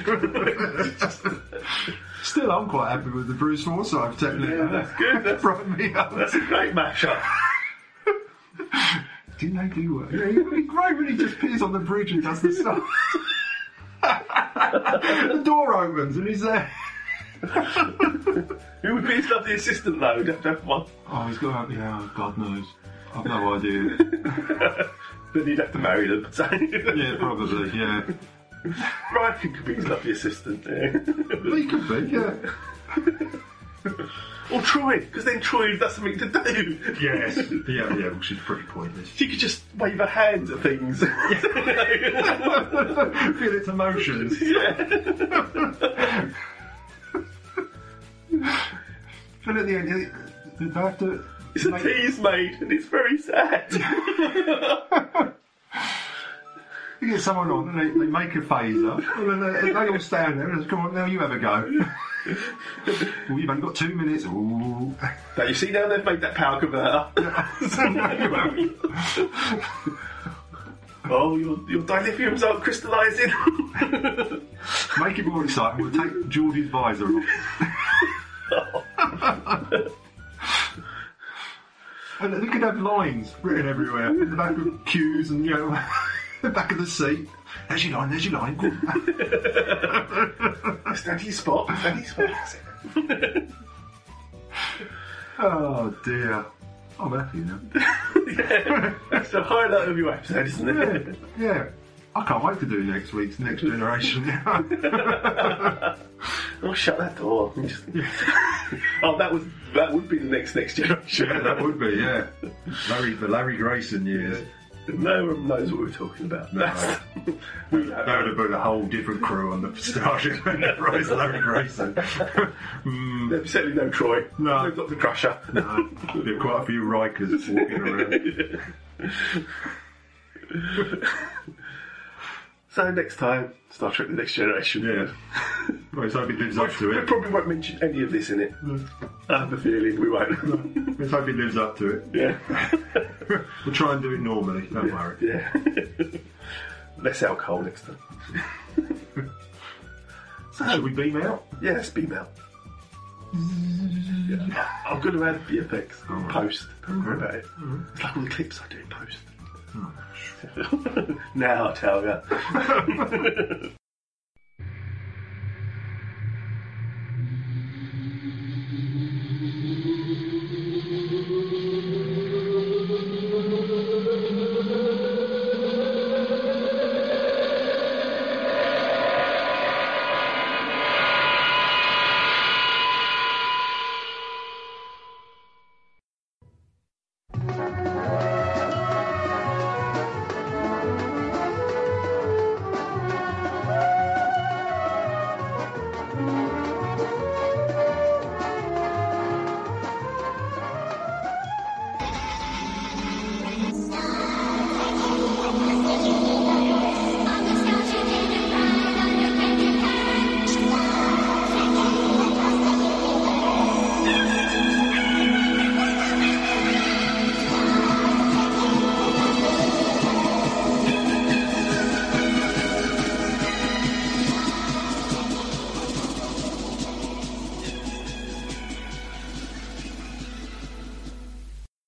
Speaker 4: Still, I'm quite happy with the Bruce Forsyth technique.
Speaker 3: Yeah, that's good. That's-
Speaker 4: brought me up.
Speaker 3: That's a great mashup.
Speaker 4: Didn't they do it? It would be great when he just appears on the bridge and does the stuff. the door opens and he's there.
Speaker 3: Who would be his lovely assistant, though? We'd have to have one.
Speaker 4: Oh, he's got yeah, oh, God knows. I've no idea.
Speaker 3: Then he'd have to marry them. So.
Speaker 4: Yeah, probably, yeah.
Speaker 3: Ryan could be his lovely assistant.
Speaker 4: But
Speaker 3: Yeah.
Speaker 4: he could be, yeah.
Speaker 3: or Troy, because then Troy would have something to do.
Speaker 4: Yes. Yeah, yeah, which is pretty pointless.
Speaker 3: She could just wave her hands at things.
Speaker 4: Feel its emotions. But at the end, did they- did they have to.
Speaker 3: It's a tease made, and it's very sad.
Speaker 4: You get someone on and they, they make a phaser, and then they, they all stand there and they come on, now you have a go. well, you've only got two minutes. Ooh.
Speaker 3: Now you see now they've made that power converter. oh, your your dilithiums aren't crystallising.
Speaker 4: Make it more exciting. We'll take Geordie's visor off. and they could have lines written everywhere in the back of queues and, you know, the back of the seat. There's your line, there's your line.
Speaker 3: Standy spot, standy spot. That's it.
Speaker 4: oh, dear. I'm happy now.
Speaker 3: That's the highlight of your episode, isn't
Speaker 4: Yeah,
Speaker 3: it?
Speaker 4: yeah. I can't wait to do next week's Next Generation.
Speaker 3: Oh, shut that door. Just- oh, that was that would be the next next generation.
Speaker 4: Yeah, that would be, yeah. Larry, the Larry Grayson years.
Speaker 3: No one knows what we're talking about.
Speaker 4: No.
Speaker 3: That's- we know.
Speaker 4: That would have been a whole different crew on the Starship Enterprise, Larry Grayson. mm,
Speaker 3: There's certainly no Troy.
Speaker 4: No.
Speaker 3: no Doctor Crusher.
Speaker 4: no, there are quite a few Rikers walking around.
Speaker 3: So next time, Star Trek: The Next Generation.
Speaker 4: Yeah. Well, let's hope it lives up to
Speaker 3: We
Speaker 4: it.
Speaker 3: probably won't mention any of this in it. I have a feeling we won't.
Speaker 4: Let's hope it lives up to it.
Speaker 3: yeah.
Speaker 4: We'll try and do it normally, don't worry.
Speaker 3: Yeah. Less alcohol next time.
Speaker 4: Should we beam out?
Speaker 3: Yeah, let's be Mel. Yeah. I'm going to add the effects in post. Don't worry about it. It's like all the clips
Speaker 4: Hmm.
Speaker 3: I do in post. now I tell you.